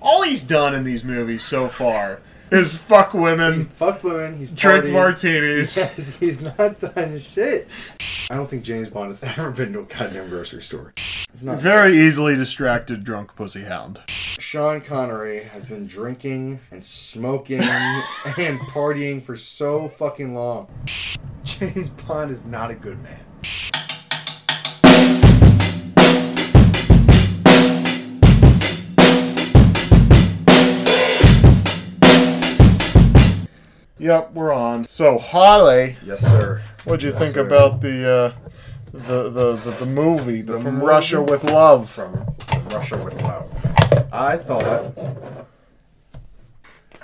all he's done in these movies so far is fuck women, Fucked women. He's drink partied. martinis. Yes, he's not done shit. I don't think James Bond has ever been to a goddamn grocery store. It's not Very easily distracted, drunk pussy hound. Sean Connery has been drinking and smoking and partying for so fucking long. James Bond is not a good man. Yep, we're on. So Holly, Yes, sir. what'd you Yes, think sir. about the uh, the, the the the movie the The from movie? Russia with Love? From Russia with love. I thought.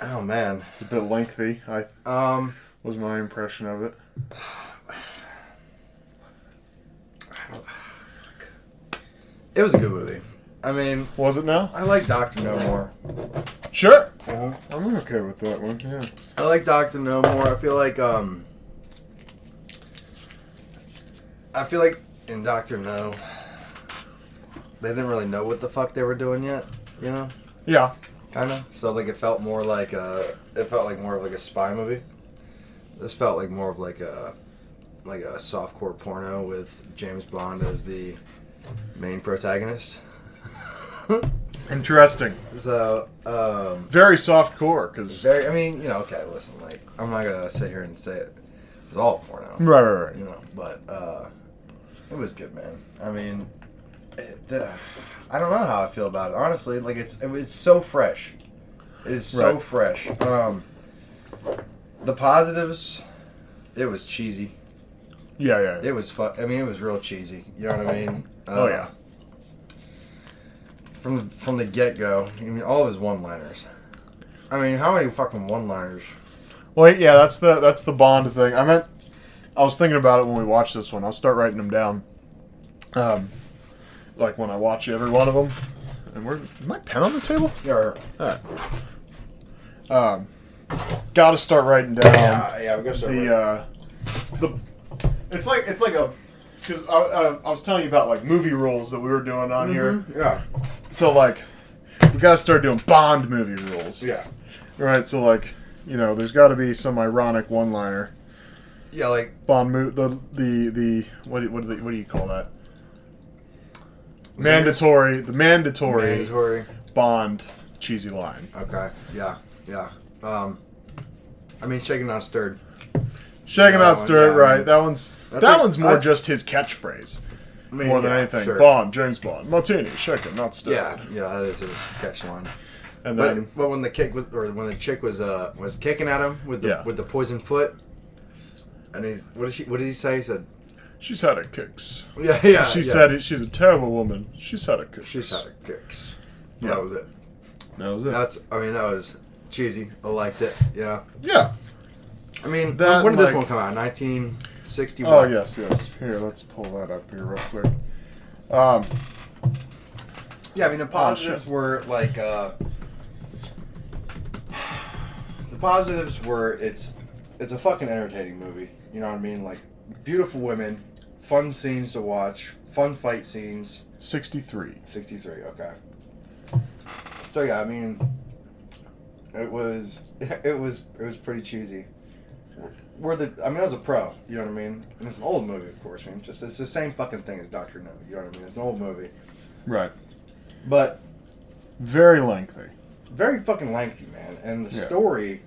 Oh man. It's a bit lengthy. I Um. was my impression of it. It was a good movie. I mean, Was it now? I like Doctor No More. Sure. I'm okay with that one. Yeah. I like Doctor No More. I feel like um, I feel like in Doctor No, they didn't really know what the fuck they were doing yet. You know, Yeah. kind of. So like, it felt more like a, it felt like more of like a spy movie. This felt like more of like a, like a softcore porno with James Bond as the main protagonist. Interesting. so um, Very soft core, because very. I mean, you know, okay, listen. Like, I'm not gonna sit here and say it. It's all porno. right, right, you right. know. But uh, it was good, man. I mean, it, the, I don't know how I feel about it. Honestly, like it's it, it's so fresh. It is so Right. fresh. Um, the positives. It was cheesy. Yeah, yeah. yeah. It was fun. I mean, it was real cheesy. You know what I mean? Uh, oh yeah. From from the get go, I mean, all of his one liners. I mean, how many fucking one liners? Well, yeah. That's the that's the Bond thing. I meant. I was thinking about it when we watched this one. I'll start writing them down. Um, like when I watch every one of them. And where is my pen on the table? Or All right. Um, got to start writing down. yeah, we gotta start. the uh, the it's like it's like a because I, I, I was telling you about like movie rules that we were doing on here. uh, Mm-hmm. Yeah, So like we gotta start doing Bond movie rules, yeah, right? So like you know, there's got to be some ironic one-liner. yeah. Like Bond mo- the the the what do, what do they, what do you call that? Was it yours? mandatory the mandatory, mandatory. Bond cheesy line. Okay. Yeah. Yeah. Um, I mean, chicken not stirred. Shaking That out one, stir yeah, I right? mean, that one's that that's like- one's more that's- just his catchphrase. I mean, more than yeah, anything. sure. Bond, James Bond, Martini, shaken, not stirred. Yeah. Yeah. That is his catch line. and then But, but when the kick was, or when the chick was, uh, was kicking at him with the Yeah. with the poison foot, and he's what did she? What did he say? He said, she's had her kicks. Yeah. Yeah. she yeah. said it, she's a terrible woman. She's had her kicks. She's had her kicks. Yeah. That was it. That was it. That's. I mean, that was cheesy. I liked it. Yeah. yeah. I mean, That when and, did this like- one come out? Nineteen sixty-one. Oh yes, yes. Here, let's pull that up here real quick. Um, Yeah, I mean the positives shit. were like uh, the positives were it's it's a fucking entertaining movie. You know what I mean? Like beautiful women, fun scenes to watch, fun fight scenes. sixty-three. Sixty three. Okay. So yeah, I mean, it was it was it was pretty cheesy. We're the I mean, I was a pro. You know what I mean? And it's an old movie, of course. I mean, just it's the same fucking thing as Doctor No. You know what I mean? It's an old movie, Right. but Very lengthy. very fucking lengthy, man. And the Yeah. story,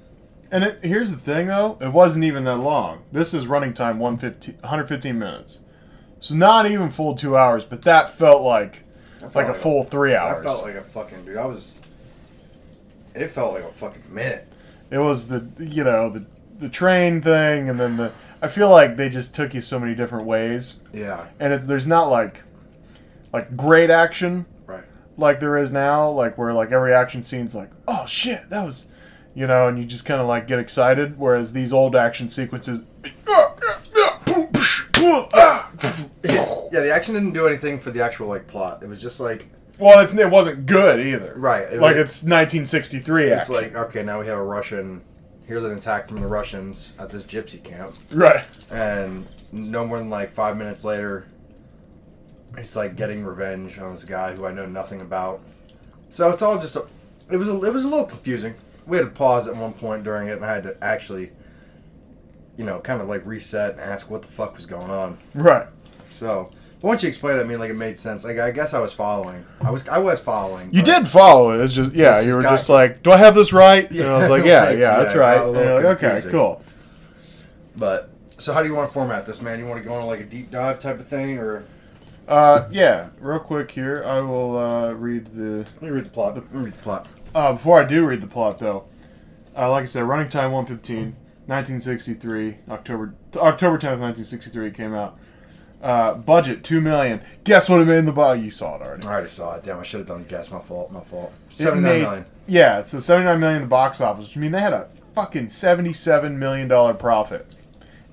And it, here's the thing, though. It wasn't even that long. This is running time 115, 115 minutes. So not even full two hours, but that felt like I felt like a full three hours. I felt like a fucking dude. I was. It felt like a fucking minute. it was the you know the the train thing, and then the. I feel like they just took you so many different ways, Yeah. and it's there's not like like great action Right. like there is now, like where like every action scene's like, oh shit, that was, you know, and you just kind of like get excited. Whereas these old action sequences, well, Yeah, the action didn't do anything for the actual like plot. It was just like, it's it wasn't good either. Right, it like was- it's 1963 it's action. like okay, now we have a Russian. Here's an attack from the Russians at this gypsy camp, right. and no more than like five minutes later, it's like getting revenge on this guy who I know nothing about. So it's all just a, it was a, it was a little confusing. We had to pause at one point during it, and I had to actually, you know, kind of like reset and ask what the fuck was going on. Right. So but once you explained it, I mean, like it made sense. Like I guess I was following. I was I was following. You but- did follow it. It's just yeah, It's you just were got- just like, do I have this right? And I was Yeah, like, yeah, like, yeah, that's yeah, it got right. a And little you're like, okay, confusing. cool. But so how do you want to format this, man? You want to go on like a deep dive type of thing, or Uh, yeah, real quick here, I will uh, read the. let me read the plot. Let me read the plot. Uh, before I do read the plot, though, uh, like I said, running time 115, 1963, October October 10th, 1963 it came out. Uh, budget two million. Guess what it made in the bottle? You saw it already. I already saw it. Damn, I should have done guess. My fault. My fault. It Seventy nine made- nine. Yeah, so 79 million in the box office, which mean they had a fucking 77 million dollar profit.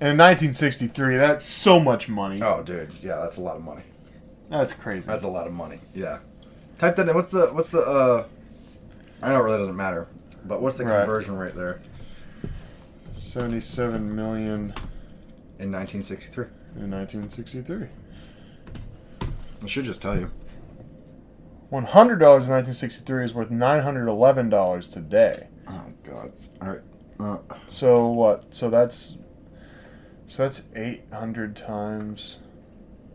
And in 1963, that's so much money. Oh, dude. Yeah, that's a lot of money. That's crazy. That's a lot of money. Yeah. Type that in. What's the what's the uh? I know it really doesn't matter, but what's the Right. conversion rate there 77 million in 1963? in 1963. I should just tell you. One hundred dollars in nineteen sixty three is worth nine hundred eleven dollars today. Oh God. All right. Uh, So what? So that's so that's eight hundred times.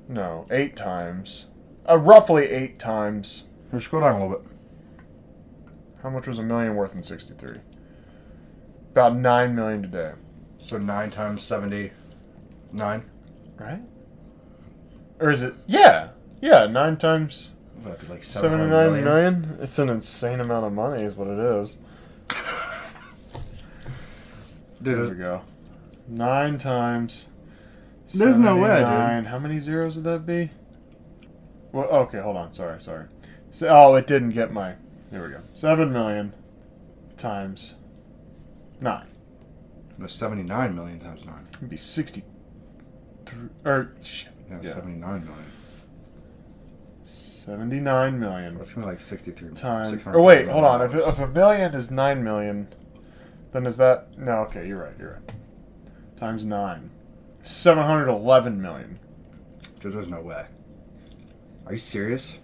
No, eight times. Uh, roughly eight times. here, scroll down a little bit. How much was a million worth in sixty three? About nine million today. So nine times seventy nine. Right. Or is it? Yeah. Yeah. Nine times That'd be like seventy 700 nine million. million. It's an insane amount of money, is what it is. Dude, There we go. Nine times. There's no way, dude. 79. How many zeros would that be? Well, okay, hold on. Sorry, sorry. So, oh, it didn't get my. There we go. Seven million times nine. No, 79 million times 9. It'd be sixty. Or shit, Yeah, Yeah. 79 million. seventy-nine million That's going to be like 63 times. 600 Or wait, million hold on. If, dollars. if a million is nine million, then is that no? Okay, you're right. You're right. Times nine. Seven hundred eleven million. Dude, there's no way. Are you serious?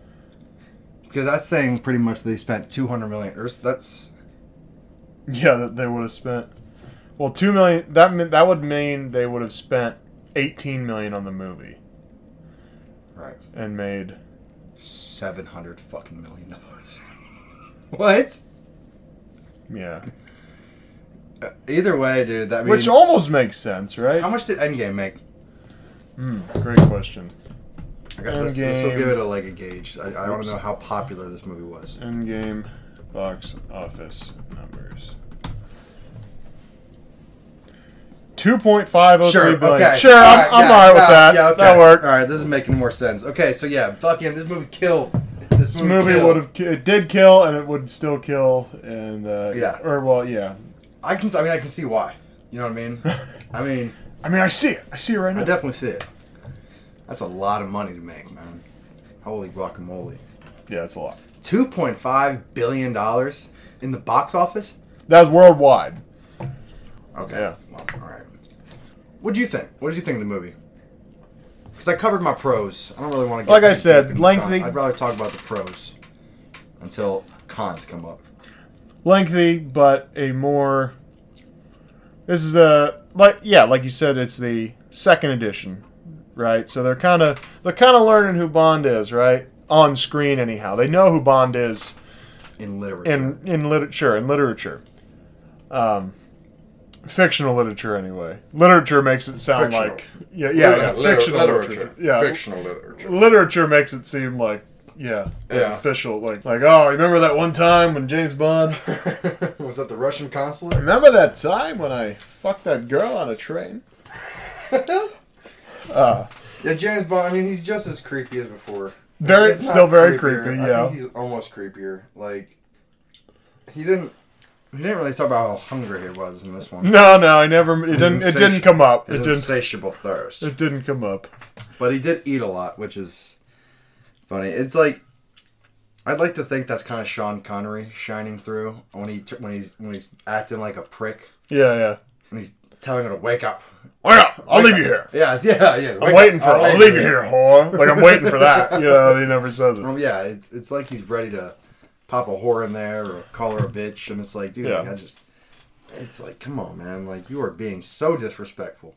Because that's saying pretty much they spent 200 million. Or s- that's. Yeah, that they would have spent. Well, two million. That mean, that would mean they would have spent eighteen million on the movie Right. and made. 700 fucking million dollars. what? Yeah, Uh, Either way, dude. That means. which almost makes sense, right? how much did Endgame make? Hmm, great question. I got this. This Endgame. will give it a like a gauge. I, I want Oops. to know how popular this movie was. Endgame box office numbers. Two point five oh three billion. Sure, I'm, Alright, I'm yeah, alright with yeah, that. yeah, okay. That worked. All right, this is making more sense. Okay, so yeah, fucking this movie killed. This, This movie killed. would have it did kill and it would still kill and uh, Yeah. or well yeah. I can. I mean, I can see why. You know what I mean? I mean, I mean, I see it. I see it right I now. definitely see it. That's a lot of money to make, man. Holy guacamole! yeah, it's a lot. Two point five billion dollars in the box office. That was worldwide. Okay. Yeah. Well, all right. What do you think? What did you think of the movie? Because I covered my pros. I don't really want to. get Like I too said, deep into lengthy- cons. I'd rather talk about the pros until cons come up. Lengthy, but a more. This is the like yeah, like you said, it's the second edition, right? So they're kind of they're kind of learning who Bond is, right? On screen, anyhow, they know who Bond is in literature. in in literature in literature, um, fictional literature anyway. Literature makes it sound Fictional. like yeah yeah, yeah Liter- fictional literature. literature yeah Fictional literature. literature makes it seem like yeah, Yeah. official like like oh remember that one time when James Bond was that the Russian consulate? Remember that time when I fucked that girl on a train? Yeah, James Bond. I mean, he's just as creepy as before. Very- If not still very creepier, creepy, I yeah. think he's almost creepier. Like he didn't. He didn't really talk about how hungry he was in this one. No, no, I never. It didn't. It didn't come up. His Mm. It didn't. insatiable thirst. It didn't come up. But he did eat a lot, which is funny. It's like I'd like to think that's kind of Sean Connery shining through when he when he's when he's acting like a prick Yeah, yeah. and he's telling her to wake up. Oh yeah, I'll leave you here. Yeah, yeah, yeah. I'm waiting for. I'll Um, leave you here, whore. Like I'm waiting for that. You know, he never says it. Well, yeah, it's it's like he's ready to pop a whore in there or call her a bitch, and it's like, dude, like, Yeah. I just, it's like, come on, man, like you are being so disrespectful.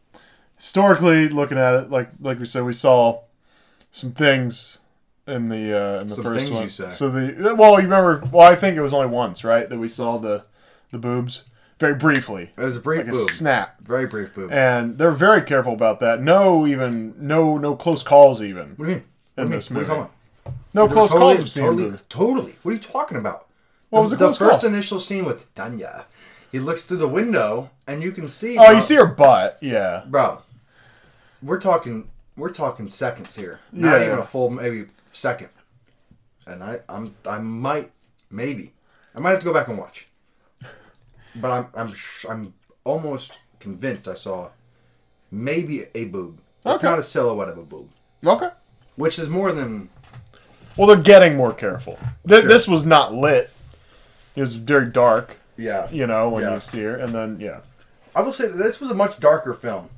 historically looking at it like like we said we saw some things in the uh in the Some first things one you saw. so the uh, well you remember well i think it was only once right that we saw the the boobs very briefly It was a brief like a boob, snap very brief boob. and they're very careful about that no even no no close calls even what do you mean? In What do you mean? this What are movie. you talking about? no There close was totally, calls of seen totally, movie. totally. What are you talking about? What was the close first call? initial scene with Danya? He looks through the window, and you can see. oh bro, you see her butt yeah bro. We're talking. We're talking seconds here. Not Yeah. even a full, maybe second. And I, I'm, I might, maybe, I might have to go back and watch. But I'm, I'm, sh- I'm almost convinced I saw maybe a boob, if Okay. not a silhouette of a boob, okay which is more than well they're getting more careful Th- this was not lit it was very dark yeah. you know when Yeah. you see her and then yeah I will say that this was a much darker film.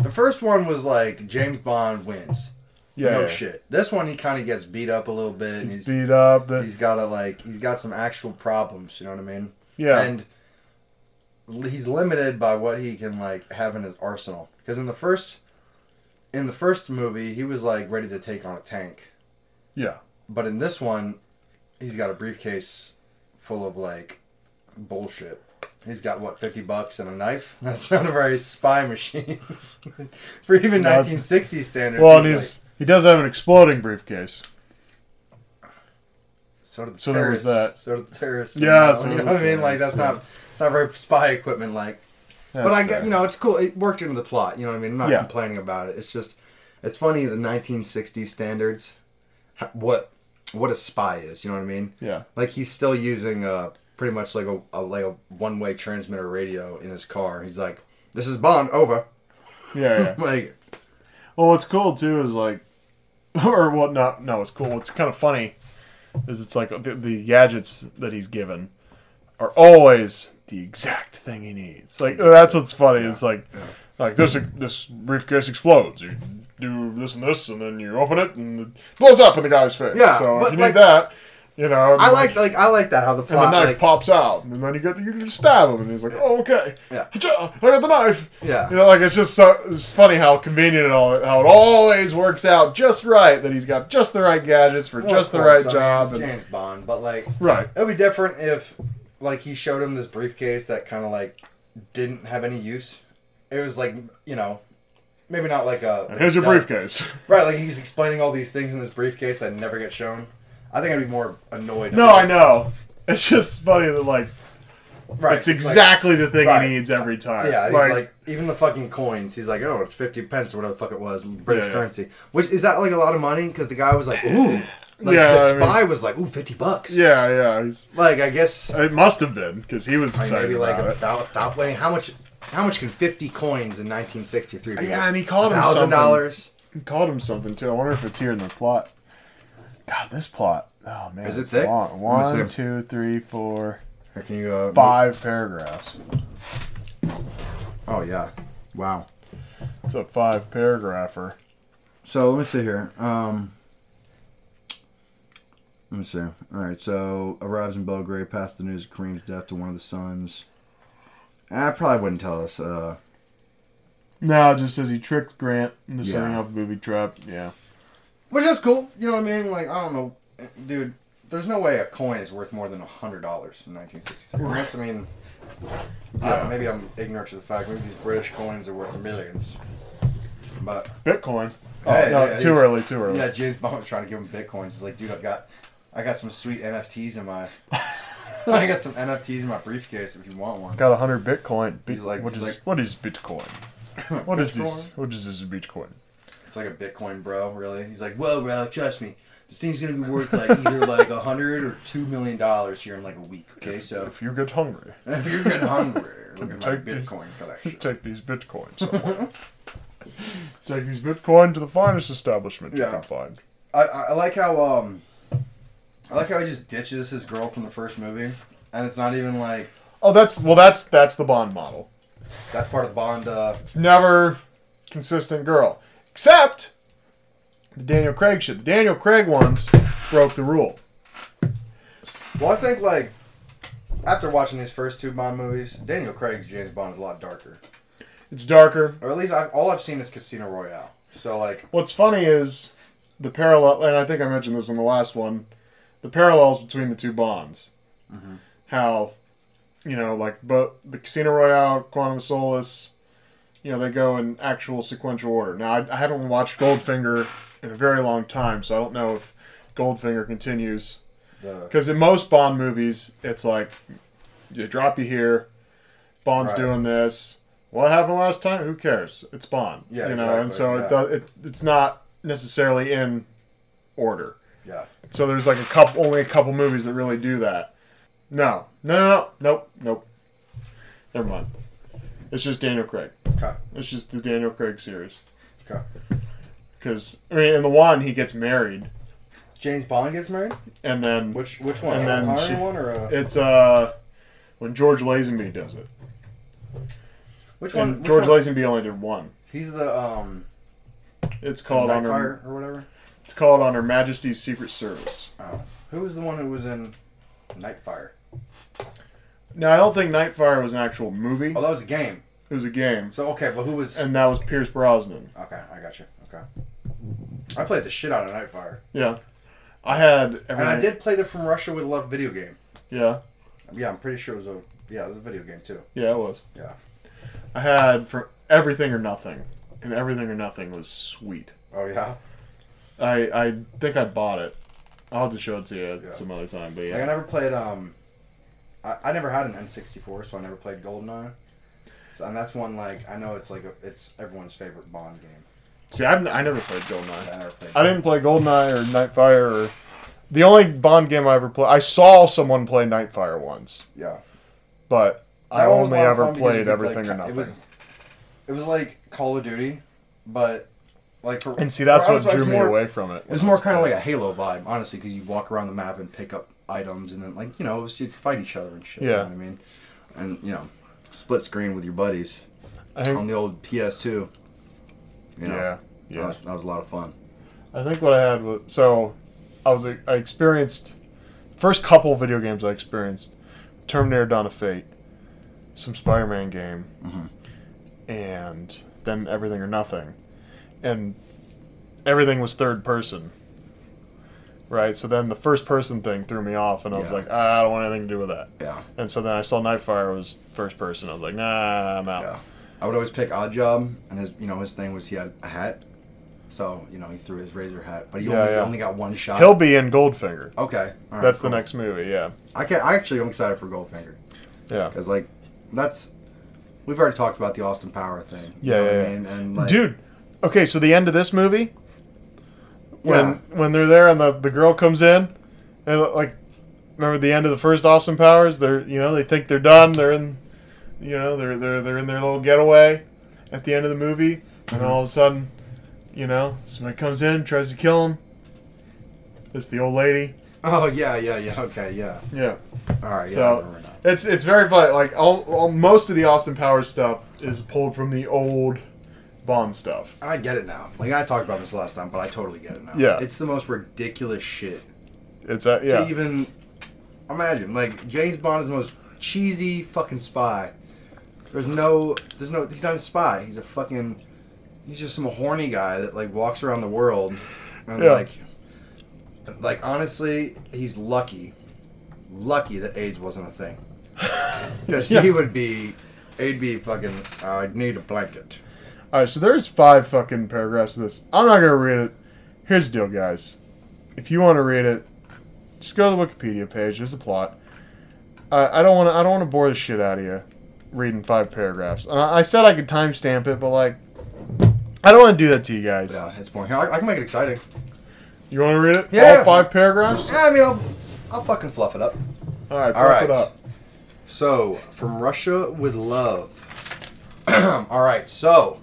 The first one was like James Bond wins. yeah, no yeah. shit. This one he kind of gets beat up a little bit. And He's he's beat up. The, he's got to like he's got some actual problems. You know what I mean? Yeah. And l- he's limited by what he can like have in his arsenal. Because in the first, in the first movie, he was like ready to take on a tank, yeah. but in this one, he's got a briefcase full of like bullshit. He's got what fifty bucks and a knife. That's not a very spy machine for even No, it's- nineteen sixty standards. Well, and he's he's he does have an exploding briefcase. So did the So there was terrorists. that. So did the terrorists. Yeah, You know, so you did know the what I mean? Like that's terrorists, not it's not very spy equipment like. but I got you know it's cool. It worked into the plot. You know what I mean? I'm not Yeah. complaining about it. It's just it's funny the 1960s standards. h- What what a spy is. You know what I mean? Yeah. Like he's still using uh pretty much like a, a like a one way transmitter radio in his car. He's like, this is Bond over. Yeah, yeah. Like well, what's cool too is like, or what? Not no. It's cool. What's kind of funny is it's like the, the gadgets that he's given are always the exact thing he needs. Like that's what's funny. It's like like this this briefcase explodes. You do this and this, and then you open it and it blows up in the guy's face. Yeah, So but if you like- need that, you know. I like like I like that how the and the plot knife like, pops out, and then you get you can just stab him, and he's like, "Oh, okay, Yeah. Hacha, I got the knife." Yeah. you know, like it's just so it's funny how convenient it all how it always works out just right that he's got just the right gadgets for well, just the of right course, I mean, job, it's and, James Bond, but like right? It would be different if, like, he showed him this briefcase that kind of like didn't have any use. It was like you know, maybe not like a. And here's your like, briefcase. Right, like he's explaining all these things in this briefcase that never get shown. I think I'd be more annoyed. No, I know. It's just funny that like Right, it's like, exactly the thing right. he needs every time. yeah, and he's like even the fucking coins. He's like, oh, it's fifty pence or whatever the fuck it was, British Yeah, yeah. currency. Which is that like a lot of money? Because the guy was like, ooh, like Yeah, I the mean- spy was like, ooh, fifty bucks. yeah, yeah. He's, Like I guess it must have been because he was I mean, excited maybe like about a it. thou- thou- I mean, how much? How much can fifty coins in 1963 be? Yeah, and he called him thousand dollars. He called him something too. I wonder if it's here in the plot. God, this plot. Oh man, Is it it's thick? long. Let me One, see. two, three, four, Can you? Uh, five paragraphs. Oh yeah, wow. It's a five paragrapher. So let me see here. Um, let me see. All right. So arrives in Belgrade, past the news of Kareem's death to one of the sons. I probably wouldn't tell us. Uh, No, it just says he tricked Grant into Yeah. setting up a booby trap. Yeah. Which is cool. You know what I mean? Like, I don't know. Dude, there's no way a coin is worth more than $100 in 1963. Unless, I mean, I don't know, maybe I'm ignorant to the fact. Maybe these British coins are worth millions. But, Bitcoin. Oh, Hey, no, yeah, too he's- early, too early. yeah, James Bond was trying to give him bitcoins. He's like, dude, I've got, I got some sweet NFTs in my, I got some NFTs in my briefcase if you want one. Got a hundred Bitcoin. Be- He's like- what he's is- like- what is Bitcoin? What is this? Bitcoin? What is this Bitcoin? It's like a Bitcoin bro, really. He's like, well, bro, trust me. This thing's gonna be worth like either like a hundred or two million dollars here in like a week. Okay, so If you get hungry, If you're getting hungry, look at my Take this. Bitcoin collection. take these Bitcoins. somewhere. take these Bitcoin to the finest establishment you Yeah. can find. I, I I like how um, I like how he just ditches his girl from the first movie, and it's not even like Oh, that's well. That's that's the Bond model. that's part of the Bond. Uh, It's never consistent girl, except the Daniel Craig shit. The Daniel Craig ones broke the rule. Well, I think like after watching these first two Bond movies, Daniel Craig's James Bond is a lot darker, It's darker. or at least I, all I've seen is Casino Royale. So like, What's funny is the parallel, and I think I mentioned this in the last one, the parallels between the two Bonds. How, you know, like, but the Casino Royale, Quantum of Solace, you know, they go in actual sequential order. Now, I, I haven't watched Goldfinger in a very long time, so I don't know if Goldfinger continues. the, Because in most Bond movies, it's like, you drop you here, Bond's Right. doing this. What happened last time? Who cares? It's Bond. Yeah, you know, and exactly, so yeah. it, does, it it's not necessarily in order. yeah, So there's like a couple, only a couple movies that really do that. No, no, no, no, nope, nope. Never mind. It's just Daniel Craig. okay, It's just the Daniel Craig series. okay. Because I mean, in the one he gets married, James Bond gets married. and then Which which one? And then An Iron she- one or a, it's uh when George Lazenby does it. which one? And which George one? Lazenby only did one. He's the um It's called on her. Nightfire or whatever. It's called on Her Majesty's Secret Service. Oh, who was the one who was in Nightfire? Now I don't think Nightfire was an actual movie. Oh, that was a game. It was a game, So okay, but who was? and that was Pierce Brosnan. okay, I got you. Okay, I played the shit out of Nightfire, Yeah, I had everything. and I did play the From Russia with Love video game. Yeah, Yeah, I'm pretty sure it was a yeah, it was a video game too. yeah, it was. Yeah. I had for everything or nothing, and everything or nothing was sweet. Oh yeah. I I think I bought it. I'll have to show it to you Yeah. some other time. But Like I yeah, never played um, I, I never had an N64, so I never played Goldeneye. So, and that's one like I know it's like a, it's everyone's favorite Bond game. see, I've, I never played but Goldeneye. I never played. I didn't play Goldeneye or Nightfire. Or, the only Bond game I ever played, I saw someone play Nightfire once, Yeah. but I That one was a only lot of ever fun because you played could, everything like, or ca- nothing. It was, it was like Call of Duty, but like for, And see, that's for what us, it drew was me more- away from it. It was more kind of like a Halo vibe, honestly, because you walk around the map and pick up items, and then like you know, it was, you'd fight each other and shit. you Yeah. know what I mean, and you know, split screen with your buddies I on think, the old PS2. You know, yeah, That yeah. was, that was a lot of fun. I think what I had was so I was I experienced first couple video games I experienced Terminator Dawn of Fate, some Spider-Man game, and then Everything or Nothing, and everything was third person. Right, so then the first person thing threw me off, and I was Yeah. like, "Ah, I don't want anything to do with that. Yeah, And so then I saw Nightfire was first person. I was like, Nah, I'm out. yeah. I would always pick Odd Job, and his you know his thing was he had a hat, so you know he threw his razor hat, but he, Yeah, only, he yeah. only got one shot. He'll be in Goldfinger. okay, all right, That's the cool. next movie. Yeah, I can I actually am excited for Goldfinger. yeah. Because like that's we've already talked about the Austin Power thing. you Yeah, know what yeah, I yeah. mean? And like, Dude, okay, so the end of this movie, when Yeah. when they're there and the, the girl comes in, and like, remember the end of the first Austin Powers? They're you know they think they're done. They're in, you know they're they're they're in their little getaway at the end of the movie, and Mm-hmm. all of a sudden, you know somebody comes in tries to kill him. It's the old lady. Oh yeah, yeah, yeah. Okay, yeah. Yeah. All right. Yeah. I So remember now. it's it's very funny. Like all, all most of the Austin Powers stuff is pulled from the old Bond stuff. I get it now. Like I talked about this last time, but I totally get it now. Yeah. It's the most ridiculous shit It's uh, yeah. to even imagine. Like James Bond is the most cheesy fucking spy. There's no, there's no. He's not a spy. He's a fucking. He's just some horny guy that like walks around the world, and Yeah. like, like honestly, he's lucky, lucky that AIDS wasn't a thing. Because Yeah. he would be, he'd be fucking. I'd need a blanket. All right, so there's five fucking paragraphs of this. I'm not gonna read it. Here's the deal, guys. If you want to read it, just go to the Wikipedia page. There's a plot. I, I don't want to. I don't want to bore the shit out of you reading five paragraphs. And I, I said I could timestamp it, but like, I don't want to do that to you guys. Yeah, it's boring. Here, I, I can make it exciting. You want to read it? Yeah. All five paragraphs. Yeah, I mean, I'll, I'll fucking fluff it up. All right. All fluff it right. up. So, from Russia with love. All right, so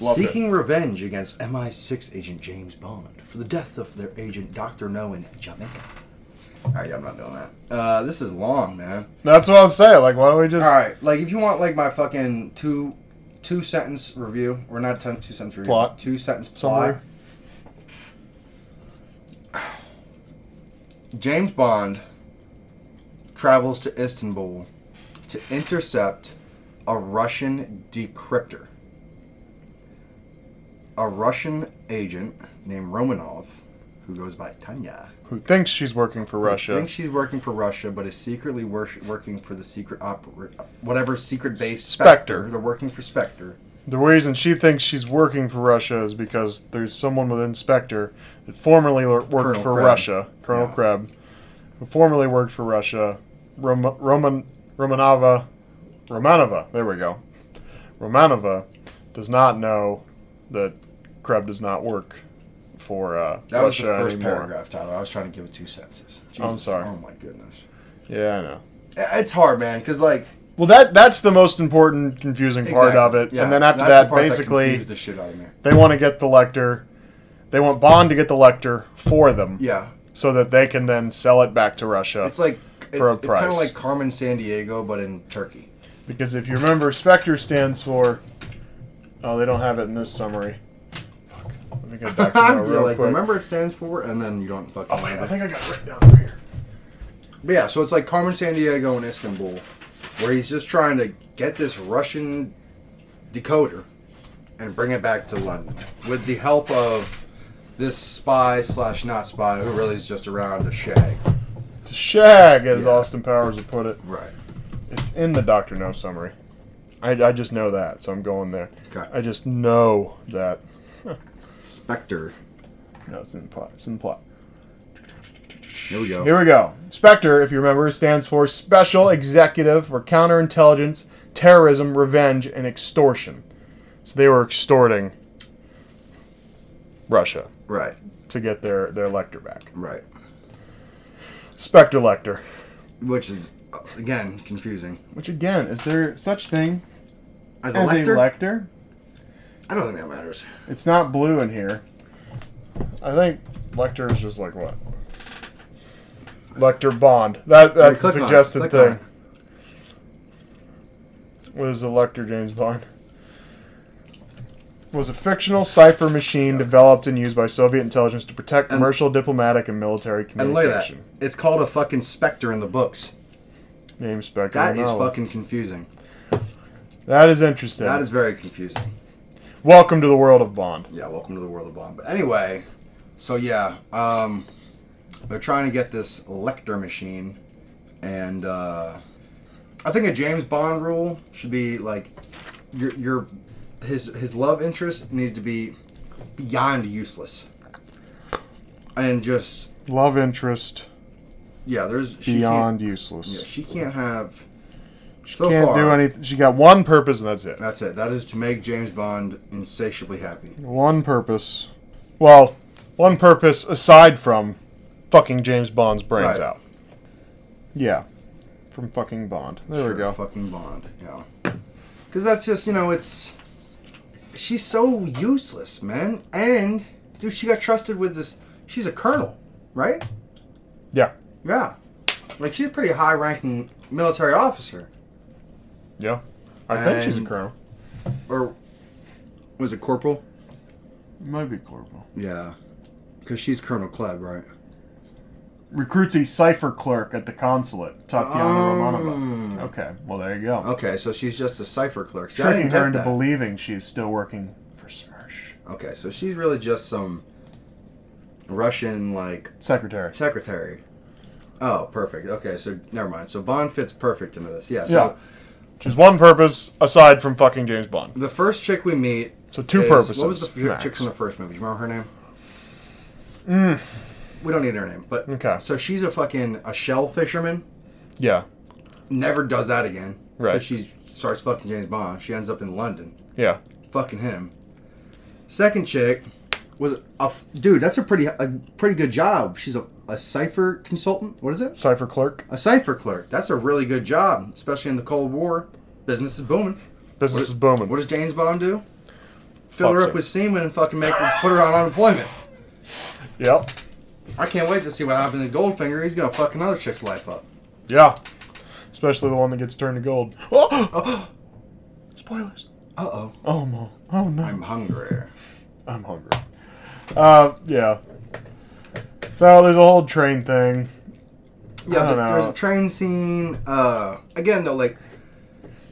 Love it. seeking revenge against MI6 agent James Bond for the death of their agent Dr. No in Jamaica. All right, yeah, I'm not doing that. Uh, this is long, man. That's what I was saying. Like, why don't we just? All right, like if you want like my fucking two two sentence review or not ten, two sentence review Plot. two sentence Summary. plot. James Bond travels to Istanbul to intercept a Russian decryptor. A Russian agent named Romanov, who goes by Tanya, Who thinks she's working for Russia? thinks she's working for Russia, but is secretly wor- working for the secret oper- whatever secret base Spectre. They're working for Spectre. The reason she thinks she's working for Russia is because there's someone with Inspector that formerly lo- worked Colonel for Krebb. Russia, Colonel Yeah. Kreb, who formerly worked for Russia, Rom- Roman Romanova, Romanova. There we go. Romanova does not know that Kreb does not work for uh, That was the Russia first anymore. paragraph, Tyler. I was trying to give it two sentences. I'm sorry. Oh my goodness. Yeah, I know. I- It's hard, man, because like Well, that that's the most important, confusing part Exactly. of it. Yeah, And then after that's the that, part basically. confused the shit out of me. They want to get the Lecter. They want Bond to get the Lecter for them Yeah, so that they can then sell it back to Russia. it's like it's, Uh, For a it's kind of price. like Carmen San Diego, but in Turkey. because if you remember, Spectre stands for. Oh, they don't have it in this summary. Fuck. Let me get back to that You're real like, quick. remember it stands for, and then you don't fucking. Oh, wait, I remember. think I got it written down here. But yeah, so it's like Carmen San Diego in Istanbul, where he's just trying to get this Russian decoder and bring it back to London with the help of this spy slash not spy who really is just around to shag. To shag, as Yeah. Austin Powers would put it. Right. It's in the Dr. No summary. I, I just know that, so I'm going there. Okay. I just know that. Spectre. No, it's in the plot. It's in the plot. Here we go. Here we go. Spectre, if you remember, stands for Special Executive for Counterintelligence, Terrorism, Revenge, and Extortion. So they were extorting Russia Right. to get their, their Lecter back. Right. Spectre Lecter. Which is uh, again confusing. Which, again, is there such thing As, as a lector, a Lecter? I don't think that matters. It's not blue in here. I think Lecter is just like what? Lecter Bond. That That's the Click on it, suggested click on thing. was a Lecter James Bond. Was a fictional cipher machine developed and used by Soviet intelligence to protect And- commercial, diplomatic, and military it. And look at communication. that. It's called a fucking specter in the books. Name Spectre. That is Novel. fucking confusing. That is interesting. That is very confusing. Welcome to the world of Bond. Yeah, welcome to the world of Bond. But anyway, so yeah, um, they're trying to get this Lecter machine, and uh, I think a James Bond rule should be like your your his his love interest needs to be beyond useless, and just Love interest yeah, there's she beyond Can't, useless. yeah, she can't have. she so can't far- do anything. She got one purpose, and that's it. That's it. That is to make James Bond insatiably happy. One purpose. Well, one purpose aside from fucking James Bond's brains Right. out. Yeah. From fucking Bond. There Sure, we go. Fucking Bond. Yeah. Because that's just you know it's. She's so useless, man. And dude, she got trusted with this. She's a colonel, right? Yeah. Yeah. Like she's a pretty high-ranking military officer, Yeah. I think she's a And- colonel. or was it corporal? Might be corporal. Yeah. Because she's Colonel Kleb, right? Recruits a cipher clerk at the consulate, Tatiana Oh. Romanova. Okay, well there you go. Okay, so she's just a cipher clerk. See, I Tricking didn't her get into that. believing she is still working for Smirsh. okay, so she's really just some Russian like Secretary. Secretary. Oh, perfect. Okay, so never mind. So Bond fits perfect into this. Yeah. Yeah. So She's one purpose aside from fucking James Bond. the first chick we meet. So two is- purposes. What was the f- max. Mm. chick from the first movie? Do you remember her name? We don't need her name, but Okay. So she's a fucking a shell fisherman. Yeah. Never does that again. 'Cause Right. She starts fucking James Bond. She ends up in London, Yeah. fucking him. Second chick was a f- dude. That's a pretty a pretty good job. She's a a cipher consultant. What is it? Cipher clerk. A cipher clerk. That's a really good job, especially in the Cold War. Business is booming. Business is booming. What does James Bond do? Fill her Fucks up her. with semen and fucking make her put her on unemployment. Yep. I can't wait to see what happens to Goldfinger. He's gonna fuck another chick's life up. Yeah. Especially the one that gets turned to gold. Oh! Oh, Spoilers. uh oh. Oh, no. Oh, no. I'm I'm, hungry. hungry. Uh, yeah. So there's a whole train thing. I yeah, don't the, there's know. a train scene. Uh, again though, like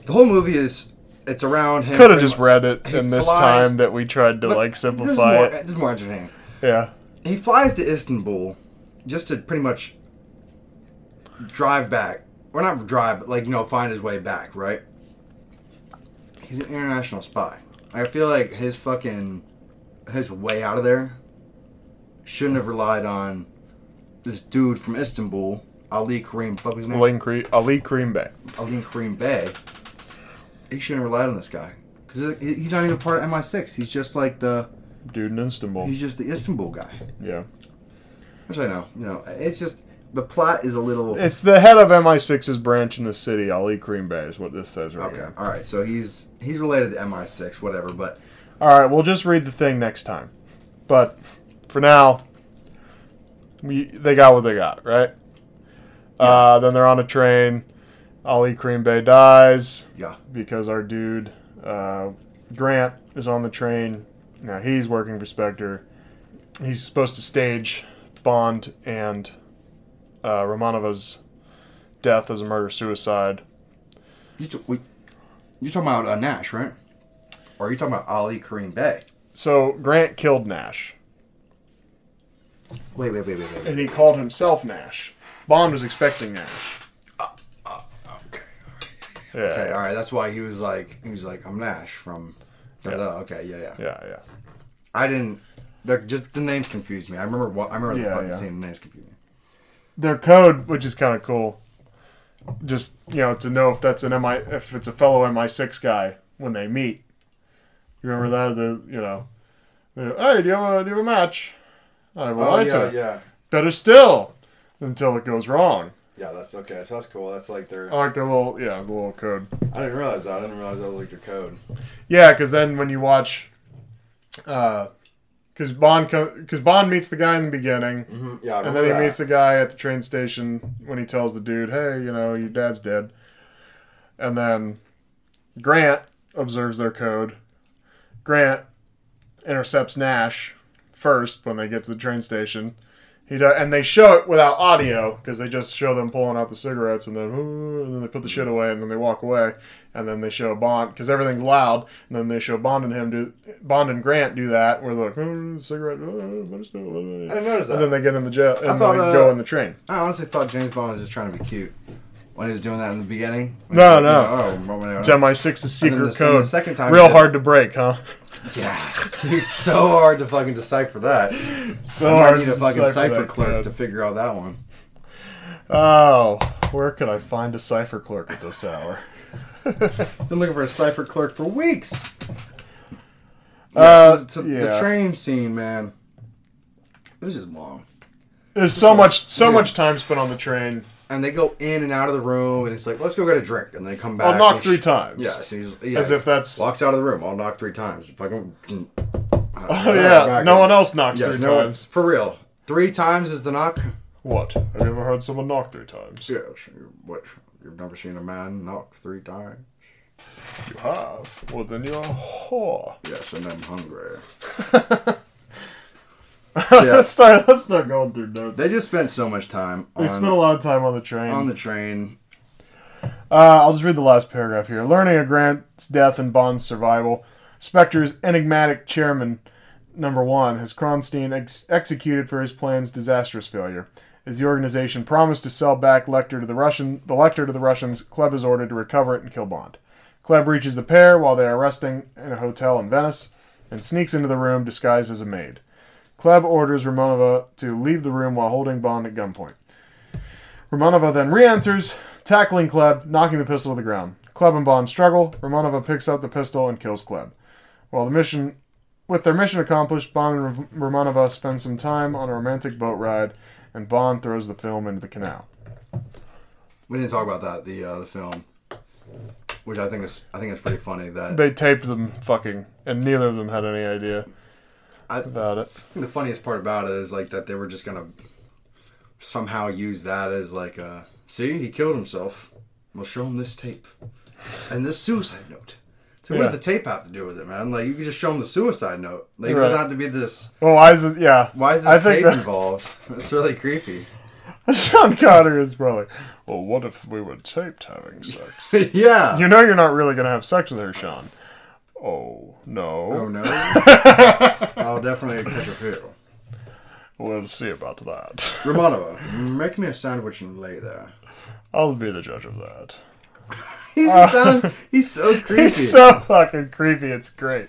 the whole movie is it's around him. Could have pretty just mu- read it He in this flies- time that we tried to but like this is simplify more- it. This is more entertaining. Yeah. He flies to Istanbul just to pretty much drive back. Or not drive, but like, you know, find his way back, right? He's an international spy. I feel like his fucking his way out of there shouldn't have relied on this dude from Istanbul, Ali Karim, fuck his name? Lane Cre- uh, Ali Kareem Bey. Ali Karim Bey. He shouldn't have relied on this guy. Because he's not even part of MI6. He's just like the, Dude in Istanbul. he's just the Istanbul guy. Yeah. Which I know, you know, it's just the plot is a little It's the head of MI6's branch in the city, Ali Kareem Bey, is what this says right okay. here. All right, so he's he's related to MI6, whatever. But All right, we'll just read the thing next time. But for now, we, they got what they got, right? Uh, then they're on a train. Ali Kareem Bey dies yeah, because our dude uh, Grant is on the train. Now he's working for Spectre. He's supposed to stage Bond and uh, Romanova's death as a murder suicide. you t- we, you're talking about uh, Nash, right? Or are you talking about Ali Kareem Bey? So Grant killed Nash, Wait, wait, wait, wait, wait. wait. and he called himself Nash. Bond was expecting Nash. Okay, Yeah. okay, all right. That's why he was like he was like I'm Nash from. da, da, Okay, yeah, yeah. Yeah, yeah. I didn't. They're just the names confused me. I remember what I remember the Yeah, fucking yeah. scene. The names confused me. Their code, which is kind of cool, just you know to know if that's an MI if it's a fellow MI6 guy when they meet. You remember that the you know, they're, hey, do you have a do you have a match? I would like to. Oh, yeah, Better still, until it goes wrong. yeah. That's okay. So that's cool. That's like their. I like the little yeah the little code. I didn't realize that. I didn't realize that was like their code. Yeah, because then when you watch, because Bond because Bond meets the guy in the beginning. Mm-hmm. Yeah, And then he meets the guy at the train station when he tells the dude, "Hey, you know, your dad's dead." And then Grant observes their code. Grant intercepts Nash first when they get to the train station. He do- and they show it without audio because they just show them pulling out the cigarettes and then "Ooh," and then they put the shit away and then they walk away and then they show Bond because everything's loud and then they show Bond and him do Bond and Grant do that where they're like "Ooh, cigarette. uh, ooh, better still, ooh." I didn't notice that. And then they get in the jet and thought, they uh, go in the train. I honestly thought James Bond was just trying to be cute when he was doing that in the beginning. No, You no. know, oh, when- It's MI6's and then secret the, and code. the second time, Real he did- hard to break, huh? Yeah, it's so hard to fucking decipher that. So I might hard need a to fucking decipher cipher that clerk code. to figure out that one. Oh, where could I find a cipher clerk at this hour? Been looking for a cipher clerk for weeks. Uh, so the- to- yeah. The train scene, man. This is long, There's so much, so Yeah. much time spent on the train. and they go in and out of the room, and it's like, let's go get a drink, and they come back. I'll knock and three sh- times. Yeah, so he's, yeah, As if that's- walks out of the room. I'll knock three times. Fucking. Oh yeah, no one else knocks Yeah, three no, times. For real. Three times is the knock? What? Have you ever heard someone knock three times? Yes. you- What? You've never seen a man knock three times? You have. Well, then you're a whore. Yes, and I'm hungry. let's start. Let's start going through notes. They just spent so much time we on, spent a lot of time on the train. on the train. Uh, I'll just read the last paragraph here. Learning of Grant's death and Bond's survival, Spectre's enigmatic chairman, number one, has Kronstein ex- executed for his plan's disastrous failure. As the organization promised to sell back Lecter to the Russian, the Lecter to the Russians, Kleb is ordered to recover it and kill Bond. Kleb reaches the pair while they are resting in a hotel in Venice, and sneaks into the room disguised as a maid. Kleb orders Romanova to leave the room while holding Bond at gunpoint. Romanova then re-enters, tackling Kleb, knocking the pistol to the ground. Kleb and Bond struggle. Romanova picks up the pistol and kills Kleb. While the mission, with their mission accomplished, Bond and Rom- Romanova spend some time on a romantic boat ride, and Bond throws the film into the canal. We didn't talk about that, the uh, the film. Which I think is I think it's pretty funny that They taped them fucking, and neither of them had any idea I- about it. I think the funniest part about it is like that they were just gonna somehow use that as like a see he killed himself. We'll show him this tape and this suicide note. So what Yeah. does the tape have to do with it, man? Like you could just show him the suicide note. Like there doesn't Right. have to be this. Well, why is it? Yeah. Why is I this think tape that- involved? It's really creepy. Sean Connery is probably. Well, what if we were taped having sex? yeah. You know, you're not really gonna have sex with her, Sean. Oh no. Oh no. I'll definitely catch a few. We'll see about that. Romanova, make me a sandwich and lay there. I'll be the judge of that. He's sound, he's so creepy. Uh, He's so fucking creepy. It's great.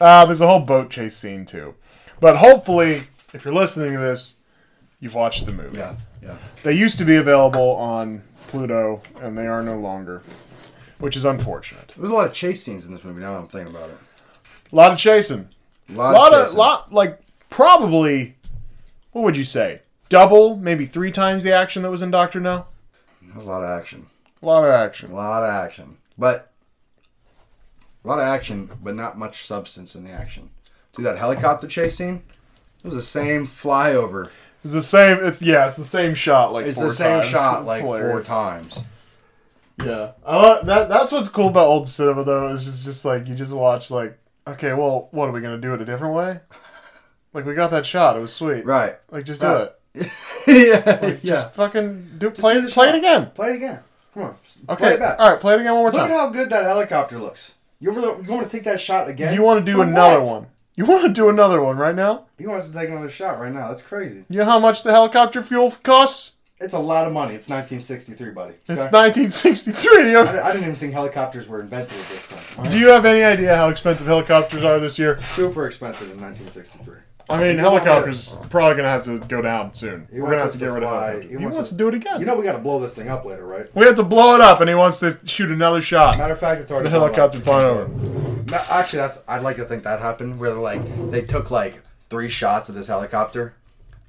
Uh, there's a whole boat chase scene too, but hopefully, if you're listening to this, you've watched the movie. yeah, yeah. They used to be available on Pluto, and they are no longer, which is unfortunate. There's a lot of chase scenes in this movie. Now that I'm thinking about it. A lot of chasing. A A lot, lot of, of chasing. lot like probably what would you say? Double, maybe three times the action that was in Doctor No. There's a lot of action. A lot of A action. lot of action, but a lot of action, but not much substance in the action. Dude, that helicopter chase scene. It was the same flyover. It's the same. It's yeah. It's the same shot. Like It's four the same times. shot It's like hilarious. four times. Yeah, I love, that that's what's cool about old cinema though. Is just just like you just watch like okay, well, what are we gonna do it a different way? Like we got that shot. It was sweet. Right. Like just Right. do it. yeah. yeah. Just fucking do play do the play shot. it again. play it again. Come on. Okay. Play it back. All right, play it again one more Look at time. how good that helicopter looks. You, really, you want to take that shot again? You want to do For another what? one? You want to do another one right now? You want us to take another shot right now? That's crazy. You know how much the helicopter fuel costs? It's a lot of money. It's 1963, buddy. It's Okay? 1963. Do you, I, have, I didn't even think helicopters were invented at this time. all right? do you have any idea how expensive helicopters are this year? Super expensive in 1963. I mean, You want helicopters probably gonna have to go down soon. He We're gonna wants have us to to get rid of fly. helicopters. He, He wants wants us- to do it again. You know we got to blow this thing up later, right? We have to blow it up, and he wants to shoot another shot. Matter of fact, it's already The helicopter flying over. Ma- Actually, that's I'd like to think that happened where like they took like three shots of this helicopter,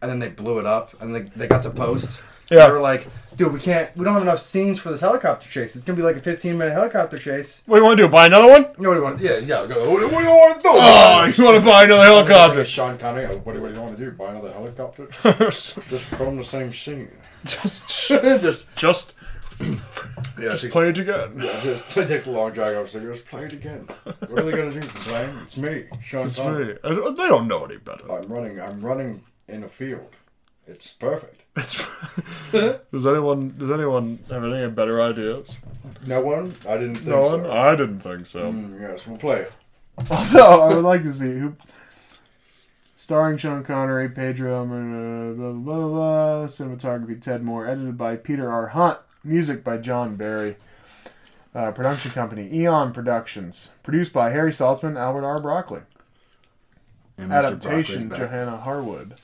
and then they blew it up, and they, they got to post. Yeah. They were like, dude, we can't. We don't have enough scenes for this helicopter chase. It's gonna be like a 15 minute helicopter chase. What do you want to do? Buy another one? You know what do you want? Yeah, yeah. Go, what do you want to do? Oh, you want to buy another helicopter? Sean Connery. What do, what do you want to do? Buy another helicopter? Just film the same scene. just, just just, yeah, just play it again. Yeah, just it takes a long drag off, so just play it again. What are they gonna do? Complain? It's me, Sean. It's Connery. me. I don't- They don't know any better. I'm running. I'm running in a field. It's perfect. It's, does anyone? Does anyone have any better ideas? No one. I didn't think No so. one. I didn't think so. Mm, yes, we'll play it. Although I would like to see who. Starring Sean Connery, Pedro, Almodovar, blah, blah, blah, blah, cinematography Ted Moore, edited by Peter R. Hunt, music by John Barry, uh, production company Eon Productions, produced by Harry Saltzman, Albert R. Broccoli, And adaptation Johanna Harwood,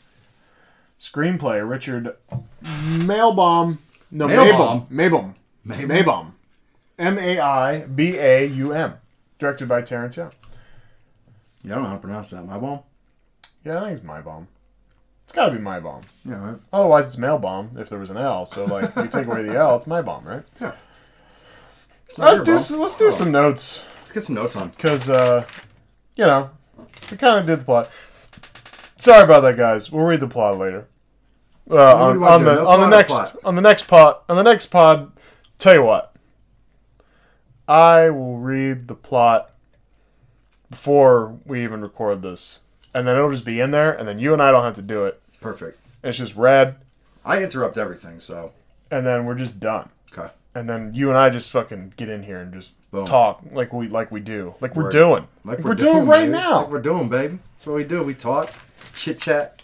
screenplay Richard Mailbaum, no Mailbaum? Mailbaum, Mailbaum, Mailbaum, M A I B A U M, directed by Terrence Young. Yeah, I don't know how to pronounce that. My bomb. Yeah, I think it's my bomb. It's got to be my bomb. Yeah. Right. Otherwise, it's mail bomb if there was an L. So like, you take away the L, it's my bomb, right? Yeah. Let's do some, let's do some notes Let's get some notes on. because uh, you know we kind of did the plot. Sorry about that, guys. We'll read the plot later. Uh, do on you wanna on do, the no on the plot or next plot? on the next pod on the next pod. Tell you what, I will read the plot before we even record this, and then it'll just be in there, and then you and I don't have to do it. Perfect. It's just read, I interrupt everything, so and then we're just done. okay. and then you and I just fucking get in here and just Boom. talk like we like we do, like we're Right. doing, like, we're, doing, right baby. now. Like we're doing, baby. That's what we do. We talk, chit chat,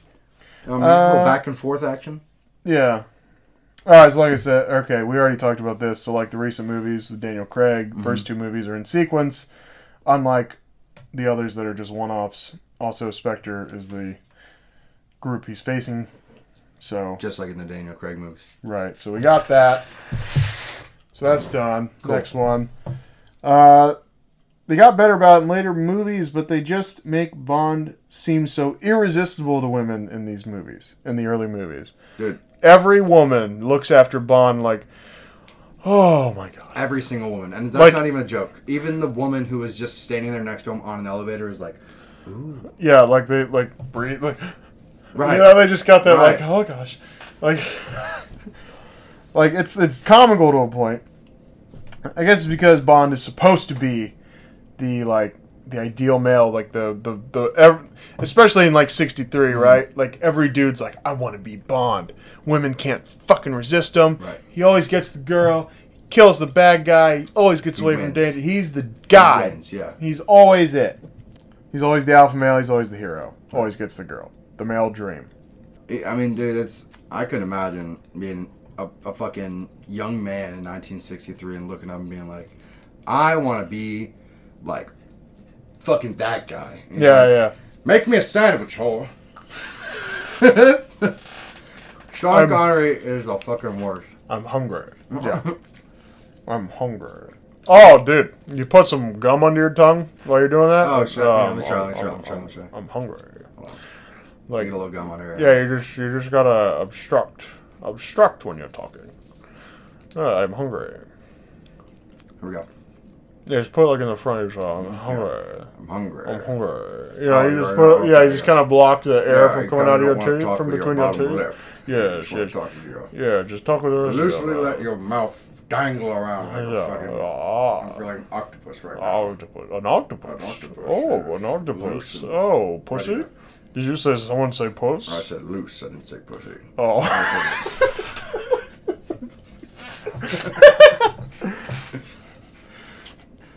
um, a Uh, little back and forth action. yeah. All right, so like I said, okay, we already talked about this. So like the recent movies with Daniel Craig, Mm-hmm. first two movies are in sequence, unlike the others that are just one-offs. Also, Spectre is the group he's facing. So Just like in the Daniel Craig movies. Right. So we got that. So that's done. Cool. Next one. Uh, they got better about it in later movies, but they just make Bond seem so irresistible to women in these movies, in the early movies. Dude, Every woman looks after Bond like, oh my God. every single woman. And that's Like- not even a joke. Even the woman who was just standing there next to him on an elevator is like, Yeah, like they like breathe. Like, right. You know, they just got that like, Right. oh gosh, like, like it's it's comical to a point. I guess it's because Bond is supposed to be the like the ideal male, like the the the ev- especially in like '63, Mm-hmm. right? Like every dude's like, I want to be Bond. Women can't fucking resist him. Right. He always gets the girl, kills the bad guy. He always gets away from wins. danger. He's the guy. wins, yeah. He's always it. He's always the alpha male. He's always the hero. Always gets the girl. The male dream. I- I mean, dude, it's I could imagine being a, a fucking young man in 1963 and looking up and being like, I want to be like fucking that guy. You Yeah, know? yeah. Make me a sandwich, whore. Sean I'm- Connery is the fucking worst. I'm hungry. Yeah. I'm hungry. Oh, dude, you put some gum under your tongue while you're doing that? Oh, shit. Yeah, let me try, let me try, I'm- let me try, let me try. I'm- I'm hungry. Hold on. Like, Get a little gum on her. yeah, you just you just gotta obstruct, obstruct when you're talking. Uh, I'm hungry. Here we go. Yeah, just put it like in the front of your jaw. I'm hungry. I'm hungry. I'm hungry. You know, you you're just Oh, right, put, yeah, you okay, just yeah. kind of block the air Yeah, from you coming kinda out of your don't wanna tooth, talk from with your between your, bottom teeth. lip. You Yeah, just wanna shit. talk to you. Yeah, just talk with her. Loosely let your mouth dangle around like a fucking. I Yeah. feel like an octopus right now. Octopus. Ah, An octopus. An octopus, Oh, yeah. an octopus. Loose and- Oh, pussy. Right. Did you say someone say puss? I said loose. I didn't say pussy. Oh.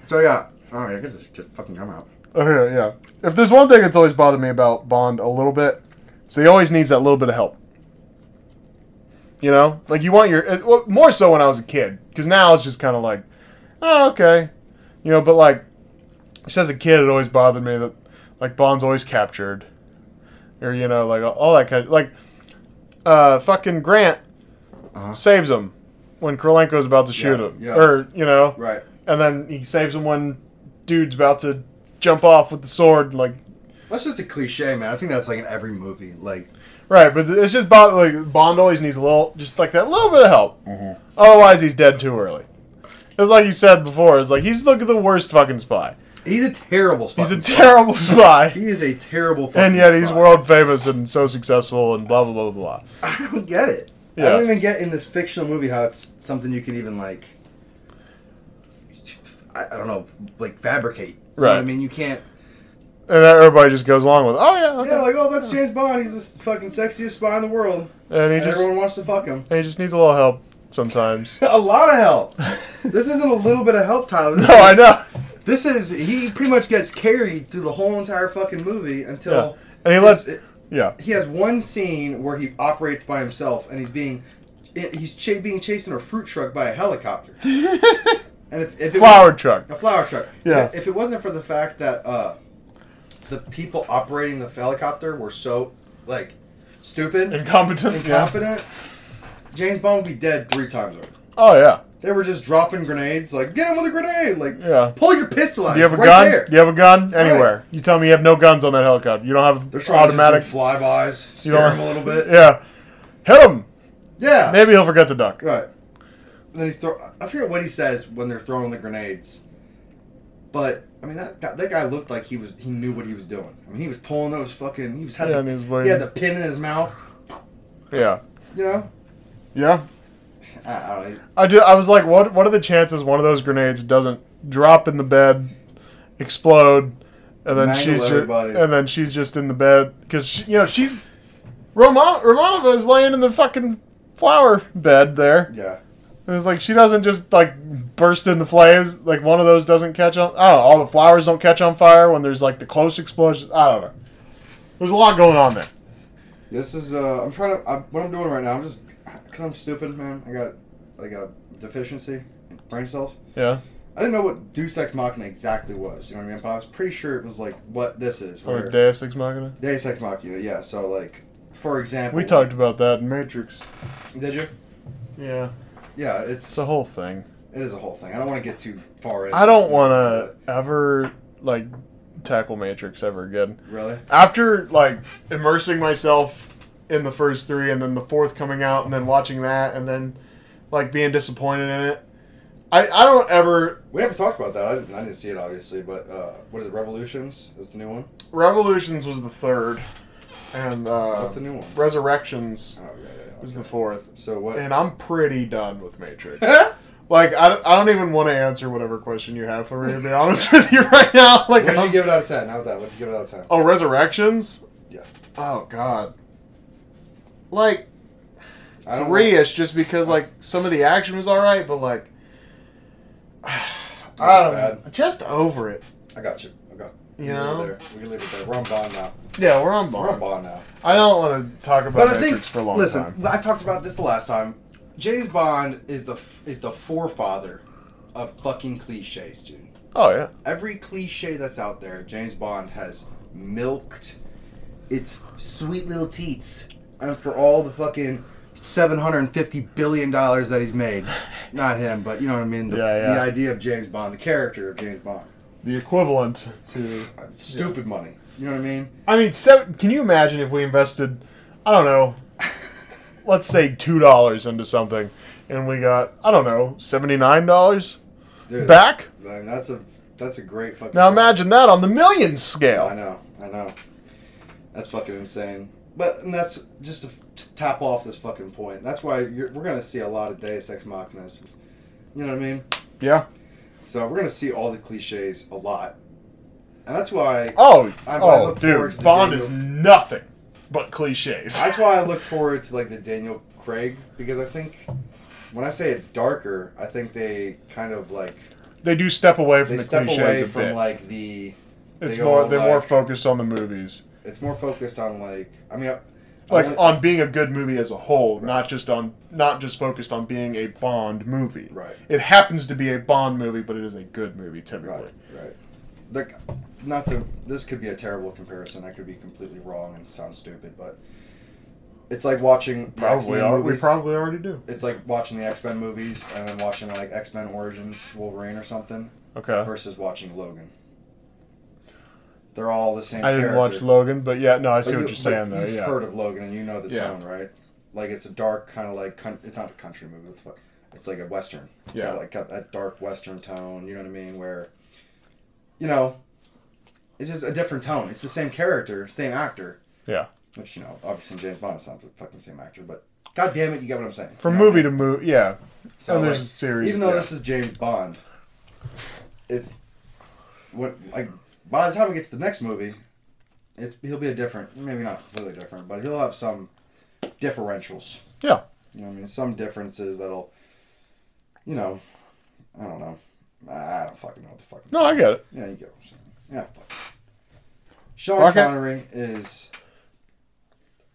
So yeah. All right. I guess this get fucking gum out. okay, Oh, yeah. If there's one thing that's always bothered me about Bond a little bit, so he always needs that little bit of help. You know, like you want your it- well, more so when I was a kid, because now it's just kind of like, oh, okay, you know. But like, just as a kid, it always bothered me that like Bond's always captured, or you know, like all that kind of like, uh, fucking Grant Uh-huh. saves him when Korolenko's about to shoot Yeah, him, yeah. or you know, Right. and then he saves him when dude's about to jump off with the sword. Like, That's just a cliche, man. I think that's like in every movie. Like right, but it's just Bond. Like Bond always needs a little, just like that little bit of help. Mm-hmm. Otherwise, he's dead too early. It's like you said before. It's like he's like the worst fucking spy. he's a terrible. He's a fucking spy. terrible spy, He is a terrible. Fucking and yet he's spy. world famous and so successful and blah blah blah blah. blah. I don't get it. I Yeah. don't even get in this fictional movie how it's something you can even like. I, I don't know, like fabricate. You know what I Right. mean, you can't. And then everybody just goes along with, oh yeah, okay." Yeah, like oh, that's James Bond. He's the fucking sexiest spy in the world, and he and just everyone wants to fuck him. and he just needs a little help sometimes. a lot of help. This isn't a little bit of help, Tyler. This no, I is- know. This is he pretty much gets carried through the whole entire fucking movie Yeah. until And he this- lets, yeah, he has one scene where he operates by himself and he's being he's ch- being chased in a fruit truck by a helicopter. and if, if it flower truck. a flower truck. Yeah. If it wasn't for the fact that uh, the people operating the helicopter were so like stupid, Incompetent. yeah. incompetent, James Bond would be dead three times over. Oh yeah. They were just dropping grenades, like get him with a grenade, like Yeah. pull your pistol out. Do you have a It's right gun? There. Do you have a gun? Anywhere. You tell me you have no guns on that helicopter. You don't They're have trying automatic. to just do flybys, you scare don't- him a little bit. Yeah. Hit him. Yeah, Maybe he'll forget to duck. right. And then he's throw. I forget what he says when they're throwing the grenades, but I mean that guy, that guy looked like he was he knew what he was doing. I mean he was pulling those fucking he was had Yeah, the- and he was he waiting. had the pin in his mouth. Yeah. You know, Yeah. I, I don't know. I do. I was like, what? What are the chances one of those grenades doesn't drop in the bed, explode, and then Mangle she's just, everybody. and then she's just in the bed because you know she's Roman Romanova is laying in the fucking flower bed there. Yeah, And it's like she doesn't just like burst into flames. Like one of those doesn't catch on. I don't know. All the flowers don't catch on fire when there's like the close explosions. I don't know. There's a lot going on there. this is uh I'm trying to I, what I'm doing right now. I'm just because I'm stupid, man. I got like a deficiency in brain cells. Yeah. I didn't know what Deus Ex Machina exactly was, you know what I mean? But I was pretty sure it was like what this is. Or Where Oh, Deus Ex Machina. Deus Ex Machina, yeah. So like, for example, We talked about that in Matrix. Did you? Yeah. Yeah, it's It's the whole thing. it is a whole thing. I don't want to get too far in. I don't want to ever like tackle Matrix ever again. Really? After like immersing myself in the first three, and then the fourth coming out, and then watching that, and then like being disappointed in it. I, I don't ever We haven't talked about that. I didn't, I didn't see it obviously, but uh, what is it? Revolutions is the new one. Revolutions was the third, and uh, What's the new one? Resurrections Oh yeah, yeah. yeah. was the fourth. So what? And I'm pretty done with Matrix. Like I, don't- I don't even want to answer whatever question you have for me. To be honest with you, right now, like What did I'm- you give it out of ten? How about that? What did you give it out of ten? oh resurrections. Yeah. Oh god. Like I don't three know. ish, just because like some of the action was all right, but like I don't know, just over it. I got you. Okay. You We can know? leave it there. we can leave it there. We're on bond now. Yeah, we're on We're bond. on bond now. I don't want to talk about But I Matrix think for a long listen, time. I talked about this the last time. James Bond is the is the forefather of fucking cliches, dude. Oh yeah. Every cliche that's out there, James Bond has milked its sweet little teats. And for all the fucking Seven hundred and fifty billion dollars that he's made, not him, but you know what I mean. The, Yeah, yeah. the idea of James Bond, the character of James Bond, The equivalent to stupid money. You know what I mean? I mean, seven, can you imagine if we invested, I don't know, let's say two dollars into something, and we got I don't know seventy nine dollars Dude, back? I mean, that's a that's a great fucking. Now imagine that on the millions I scale. know, I know. That's fucking insane. But and that's just to, to top off this fucking point. That's why you're, we're gonna see a lot of Deus Ex Machinas. You know what I mean? Yeah. So we're gonna see all the cliches a lot, and that's why Oh, I- I oh, look forward to dude, the Bond Daniel- is nothing but cliches. that's why I look forward to like the Daniel Craig because I think when I say it's darker, I think they kind of like they do step away from they the step cliches away a from bit. like the it's they more all, they're more like- focused on the movies, it's more focused on like I mean I, I like uh, wanna- on being a good movie as a whole, not just on not just focused on being a Bond movie. Right. It happens to be a Bond movie, but it is a good movie typically. Right, right. Like, not to. This could be a terrible comparison. I could be completely wrong and sound stupid, but it's like watching the Probably X-Men are. movies. We probably already do. it's like watching the X Men movies and then watching like X Men Origins Wolverine or something Okay. versus watching Logan. They're all the same. I didn't character. watch Logan, but yeah, no, I see But what you- you're saying but though. You've Yeah. heard of Logan and you know the Yeah. tone, right? Like it's a dark kind of like coun- it's not a country movie. What the fuck? It's like a western. It's Yeah. got like got that dark western tone. You know what I mean? Where, you know, it's just a different tone. It's the same character, same actor. Yeah. Which you know, obviously James Bond sounds like the fucking same actor, but god damn it, you get what I'm saying. From You know what I movie mean? to movie, yeah. So and there's like, a series. even though yeah. this is James Bond, it's when like by the time we get to the next movie, it's he'll be a different, maybe not completely different, but he'll have some differentials. yeah. You know, what I mean, some differences that'll, you know, I don't know, I don't fucking know what the fuck. I'm No, I get it. yeah, you get what I'm saying. Yeah, fuck. Sean Rocket. Connery is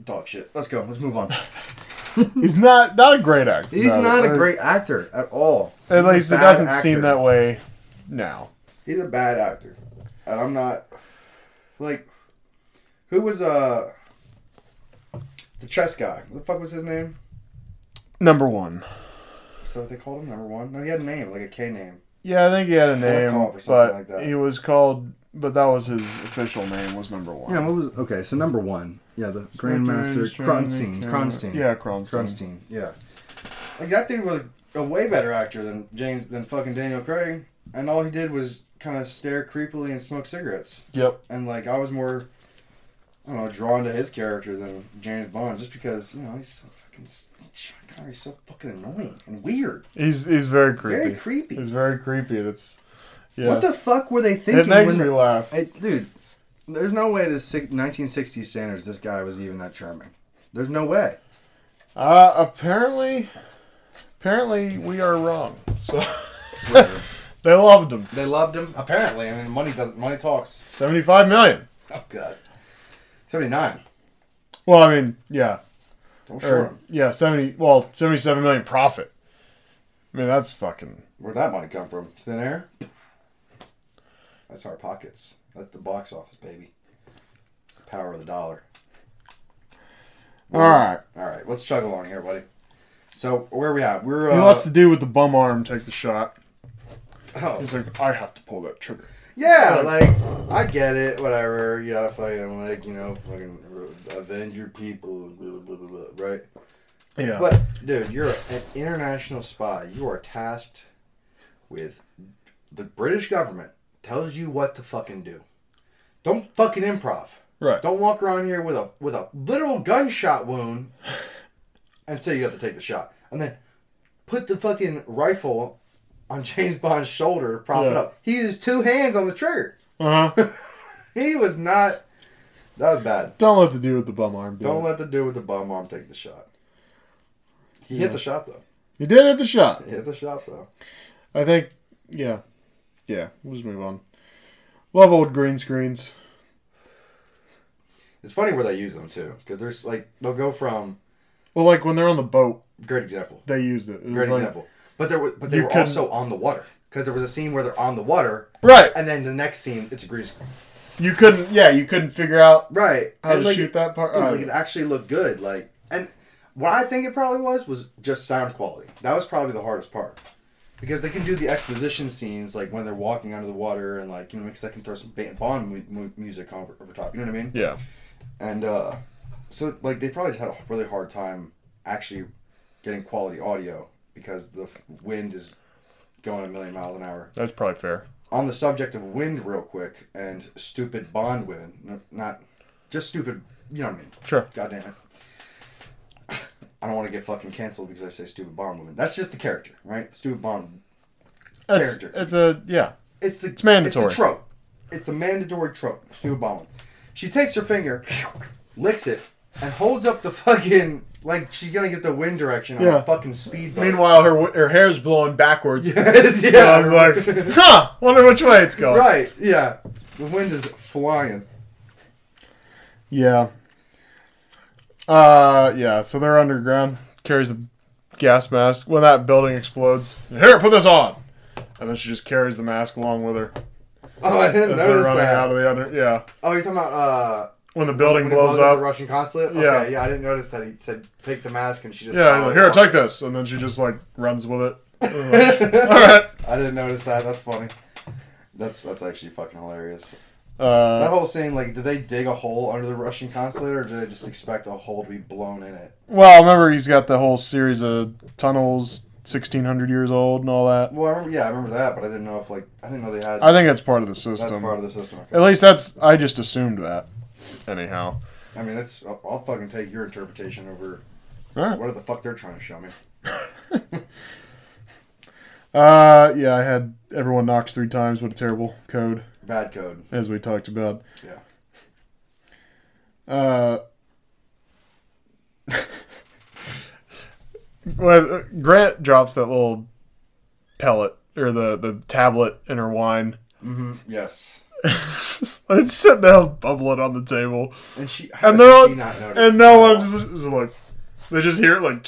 dog shit. Let's go. Let's move on. He's not not a great actor. He's No, not a or- great actor at all. At He's a least it bad doesn't actor. seem that way now. He's a bad actor, and I'm not like who was uh the chess guy. What the fuck was his name? Number one. Is that what they called him? Number one? No, he had a name, like a K name. Yeah, I think he had a name, call for something but like that. he was called. But that was his official name. Was number one. Yeah, what was okay? So number one, yeah, the Grandmaster Kronstein, Kronstein, Yeah, Kronstein. Kronstein, yeah. Like that dude was a way better actor than James than fucking Daniel Craig, and all he did was kind of stare creepily and smoke cigarettes. Yep. And like I was more, I don't know, drawn to his character than James Bond, just because you know he's so fucking Sean Connery's so fucking annoying and weird, He's he's very creepy. very creepy. He's very creepy, and it's yeah. What the fuck were they thinking? it makes when me they- laugh. Hey, dude, there's no way to six, 1960s standards this guy was even that charming. There's no way. Uh, apparently, apparently we are wrong. So they loved him. They loved him. Apparently, I mean, money does money talks. Seventy-five million. Oh god, seventy nine. Well, I mean, yeah, Don't short or, him. yeah, seventy. Well, seventy-seven million profit. I mean, that's fucking. Where'd that money come from? Thin air. That's our pockets. That's the box office, baby. It's the power of the dollar. All right. All right, let's chug along here, buddy. So where are we at? We're He uh, lets the dude with the bum arm take the shot. oh, He's like, I have to pull that trigger. yeah, like I get it, whatever. You gotta fucking like you know fucking avenge your people, blah, blah, blah, blah, right? Yeah. But dude, you're an international spy. You are tasked with the British government tells you what to fucking do. Don't fucking improv. right. Don't walk around here with a with a literal gunshot wound and say you have to take the shot. And then put the fucking rifle on James Bond's shoulder to prop it Yeah. up. He used two hands on the trigger. Uh huh. He was not. That was bad. Don't let the dude with the bum arm do Don't it. let the dude with the bomb arm take the shot. He Yeah. hit the shot though. He did hit the shot. He hit the shot though. I think. Yeah. Yeah. We'll just move on. Love old green screens. It's funny where they use them too, because there's like they'll go from Well, like when they're on the boat, great example, they used it. It was great like- example. But there were, but they You were couldn't- also on the water because there was a scene where they're on the water, Right. and then the next scene it's a green screen. You couldn't. Yeah. You couldn't figure out Right. how and to like, shoot that part. Dude, Oh, like, it actually looked good. Like, and what I think it probably was was just sound quality. That was probably the hardest part because they can do the exposition scenes like when they're walking under the water and like you know because they can throw some Ba- Bond mu- mu- music over, over top. You know what I mean? yeah. And uh, so like they probably just had a really hard time actually getting quality audio because the f- wind is going a million miles an hour That's probably fair. on the subject of wind real quick and stupid Bond women, n- not just stupid, you know what I mean? Sure. God damn it. I don't want to get fucking canceled because I say stupid Bond women. That's just the character, right? Stupid Bond. That's, Character. It's a yeah. It's the It's mandatory. It's the trope. It's the mandatory trope. Stupid Bond. woman. She takes her finger, licks it, and holds up the fucking like she's gonna get the wind direction on Yeah. a fucking speedboat. Meanwhile, her wi- her hair's blowing backwards. yes, yeah. I was like, huh? Wonder which way it's going. right, yeah. The wind is flying. Yeah. Uh, yeah. So they're underground. Carries a gas mask. When that building explodes, here, put this on. And then she just carries the mask along with her Oh, I didn't as they're notice running that. out of the under. Yeah. Oh, you're talking about uh, When the building when he blows blows up the up. Russian consulate. Okay, Yeah. yeah. I didn't notice that he said take the mask and she just Yeah. he's like, here, take this. And then she just like runs with it. And I'm like, All right. I didn't notice that. That's funny. That's that's actually fucking hilarious. that Uh, whole scene, like, did they dig a hole under the Russian consulate, or do they just expect a hole to be blown in it? well, remember he's got the whole series of tunnels, sixteen hundred years old, and all that. Well, I remember, yeah, I remember that, but I didn't know if like I didn't know they had I think that's part of the that's system. part of the system. Okay. At least that's I just assumed that. Anyhow. I mean, that's I'll, I'll fucking take your interpretation over All right. what the fuck they're trying to show me. Uh, yeah, I had everyone knocks three times. What a terrible code, Bad code. as we talked about. Yeah. Uh, when Grant drops that little pellet or the the tablet in her wine, Mm-hmm. Yes. it's, just, it's sitting there bubbling on the table, And she how and did they're all, she not notice and no at all? one just, just like they just hear it like.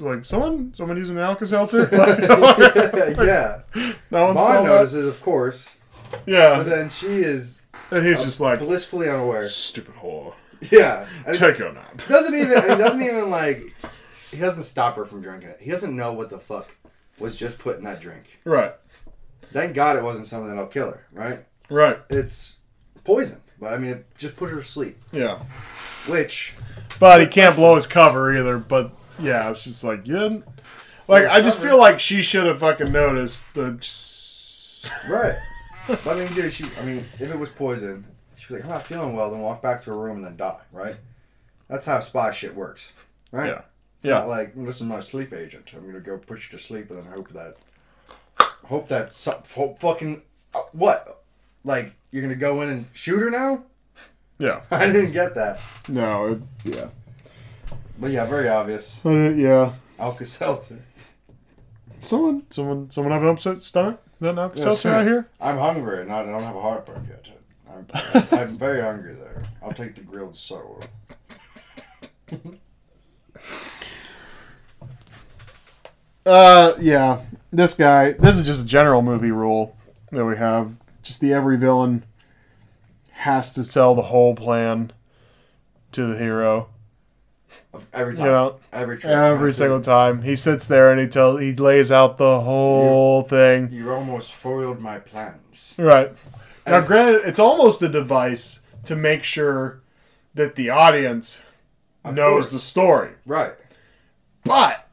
Like someone, someone using an Alka Seltzer. no yeah. one saw Bond that. notices, of course, but Yeah, then she is and he's just like, blissfully unaware. stupid whore. Yeah, and he Take your nap. doesn't even and he doesn't even like he doesn't stop her from drinking it. He doesn't know what the fuck was just put in that drink. Right, Thank God it wasn't something that'll kill her. Right? right, It's poison, but I mean, it just put her to sleep. yeah. Which But he can't blow his cover either. But yeah, it's just like you didn't. Like I just feel like she should have fucking noticed the. right? I mean, dude, she. I mean, if it was poison, she'd be like, "I'm not feeling well," then walk back to her room and then die. Right? That's how spy shit works. Right? Yeah, It's yeah. not like this is my sleep agent. I'm gonna go put you to sleep and then hope that, hope that so, hope fucking uh, what, like you're gonna go in and shoot her now? Yeah. I didn't get that. No. It, yeah. But yeah, very obvious. Uh, yeah. Alka Seltzer. Someone, someone, someone have an upset stomach? Nothing Alka Yeah, Seltzer sure. out here? I'm hungry and I don't have a heartburn yet. I'm, I'm very hungry there. I'll take the grilled soul. Uh, yeah. This guy. This is just a general movie rule that we have. Just the every villain has to sell the whole plan to the hero. Of Every You time. know, every trip. Every That's single it. time he sits there and he tells, he lays out the whole thing. You almost foiled my plans. Right now, And- granted, it's almost a device to make sure that the audience Of knows course. the story. Right. But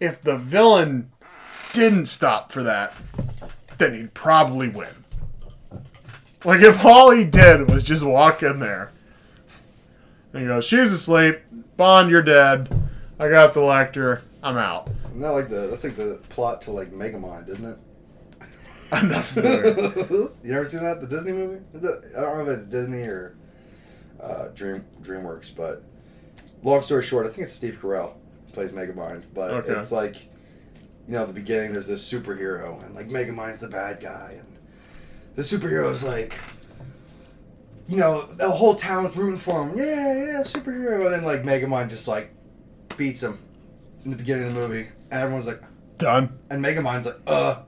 if the villain didn't stop for that, then he'd probably win. Like if all he did was just walk in there and go, "She's asleep, Bond, you're dead. I got the lector. I'm out. Isn't that like the that's like the plot to like Megamind, isn't it? I'm not familiar. you ever seen that the Disney movie? Is that, I don't know if it's Disney or uh, Dream DreamWorks, but long story short, I think it's Steve Carell plays Megamind, but Okay. it's like you know at the beginning there's this superhero and like Megamind's the bad guy and the superhero's like you know the whole town's rooting for him, yeah yeah superhero, and then like Megamind just like beats him in the beginning of the movie, and everyone's like. Done. And Megamind's like, uh,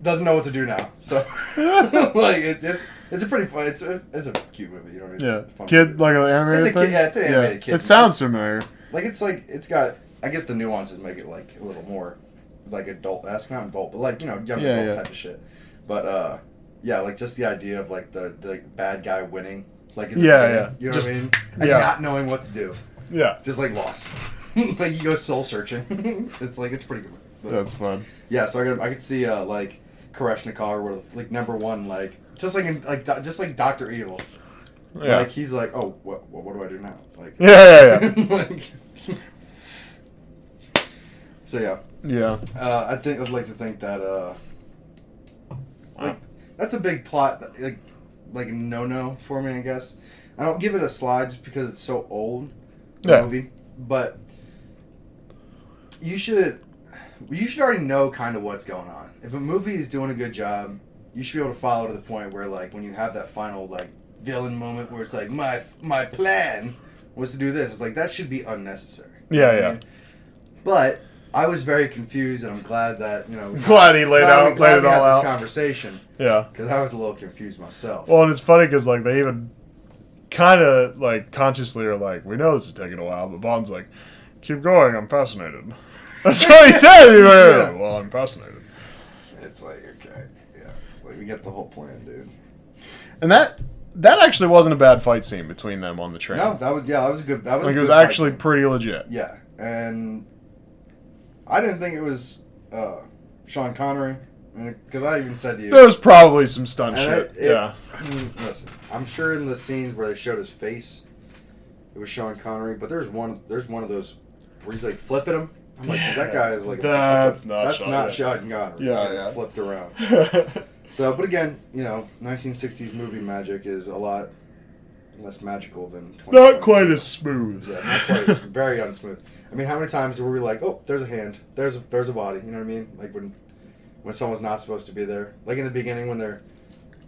doesn't know what to do now. So, like, it, it's it's a pretty fun. It's a, it's a cute movie. You know, what I mean? Yeah. It's a fun Kid, movie. like an animated It's a kid- thing? yeah, it's an animated kid. It sounds familiar. like it's like it's got. I guess the nuances make it like a little more like adult esque, not adult, but like you know young Yeah, adult yeah. type of shit. But uh, yeah, like just the idea of like the the bad guy winning, like in the Yeah, beginning, yeah. you know Just- what I mean, and yeah. not knowing what to do, Yeah. just like lost. like you go soul searching. it's like it's pretty good. But- That's fun. Yeah, so I could I could see uh, like Kareshnikov or whatever, like number one, like just like in, like Do- just like Doctor Evil, Yeah. like he's like, oh, what, what what do I do now? Like, yeah, yeah, like so yeah, yeah. uh, I think I'd like to think that uh, Yeah. like that's a big plot like like no no for me I guess. I don't give it a slide just because it's so old the Yeah. movie, but you should you should already know kind of what's going on. If a movie is doing a good job, you should be able to follow to the point where like when you have that final like villain moment where it's like my my plan was to do this. It's like that should be unnecessary. You Yeah, know what I yeah. mean? But I was very confused, and I'm glad that you know. Glad he laid glad we- out- glad laid it we had all this out. conversation Yeah. because I was a little confused myself. Well, and it's funny because like they even kind of like consciously are like, we know this is taking a while, but Bond's like, keep going, I'm fascinated. That's what he said. He's like, Yeah. Well, I'm fascinated. It's like okay, yeah, like we get the whole plan, dude. And that that actually wasn't a bad fight scene between them on the train. No, that was yeah, that was a good. That was a like it good was fight actually scene. pretty legit. yeah, and I didn't think it was uh, Sean Connery because I even said to you, There was probably some stunt and I- Oh, shit. it- yeah. I mean, listen, I'm sure in the scenes where they showed his face, it was Sean Connery, but there's one there's one of those where he's like flipping him. I'm like, Yeah. that guy is like, That's not that's Sean- not Sean Connery. Yeah, Getting yeah. flipped around. So, but again, you know, 1960s movie magic is a lot less magical than 20, not quite as smooth. yeah, not quite. It's very unsmooth. I mean, how many times were we like, oh, there's a hand, there's a, there's a body. You know what I mean? Like when when someone's not supposed to be there. Like in the beginning when they're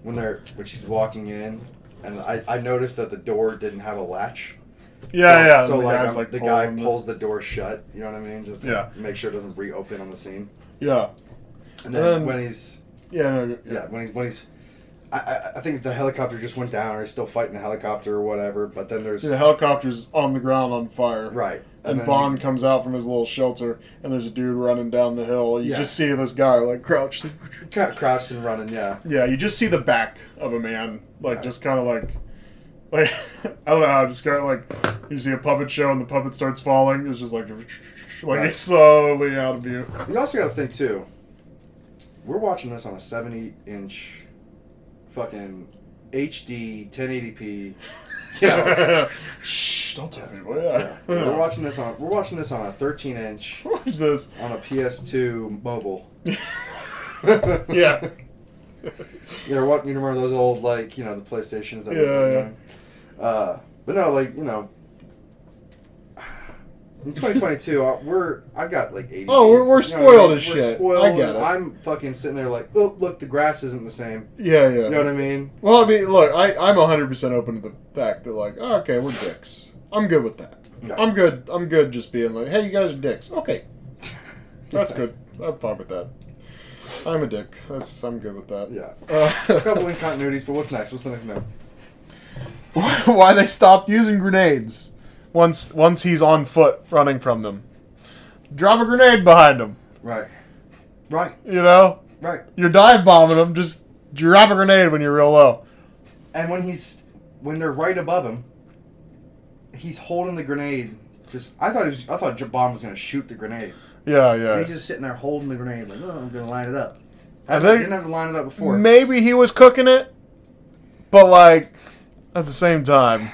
when they're when she's walking in, and I, I noticed that the door didn't have a latch. yeah, so, yeah. So the like, guy's, I'm- the guy pulling pulls the door shut. You know what I mean? Just to Yeah. make sure it doesn't reopen on the scene. Yeah. And then Then- when he's Yeah. No, yeah, when he's when he's. I, I, I think the helicopter just went down, or he's still fighting the helicopter or whatever. But then there's The helicopter's on the ground on fire. right, And, then Bond comes out from his little shelter, and there's a dude running down the hill. You Yeah. just see this guy like crouched. you- cr- crouched and running. Yeah, Yeah, you just see the back of a man, like Right. just kind of like, like I don't know, how to describe it, like you see a puppet show and the puppet starts falling. It's just like, like Right. it's slowly out of view. You also got to think too. We're watching this on a 70 inch, fucking HD 1080p. Yeah. Shh, don't tell people. Yeah. We're watching this on we're watching this on a 13 inch Watch this. on a PS2 mobile. Yeah. You know what? You remember those old like you know the PlayStations? That Yeah, you know? Uh, but no, like you know. In 2022, I- we're I've got like 80. Oh, we're- we're you know what I spoiled mean? as We're shit. I Spoiled, get and it. I'm fucking sitting there like, oh, look, the grass isn't the same. Yeah, yeah. You know what I mean? Well, I mean, look, I, I'm 100% open to the fact that, like, oh, okay, we're dicks. I'm good with that. Yeah. I'm good. I'm good just being like, hey, you guys are dicks. Okay. That's good. I'm fine with that. I'm a dick. That's I'm good with that. Yeah. A couple Uh, incontinuities, but what's next? What's the next note? why, why they stopped using grenades once once he's on foot running from them. Drop a grenade behind him. Right. Right. You know, Right. you're dive bombing him. Just drop a grenade when you're real low. And when he's when they're right above him, he's holding the grenade. Just I thought he was, I thought Jabon was gonna shoot the grenade. Yeah, yeah. He's just sitting there holding the grenade, like, oh, I'm gonna line it up. I I think- didn't have to line it up before. Maybe he was cooking it, but like at the same time,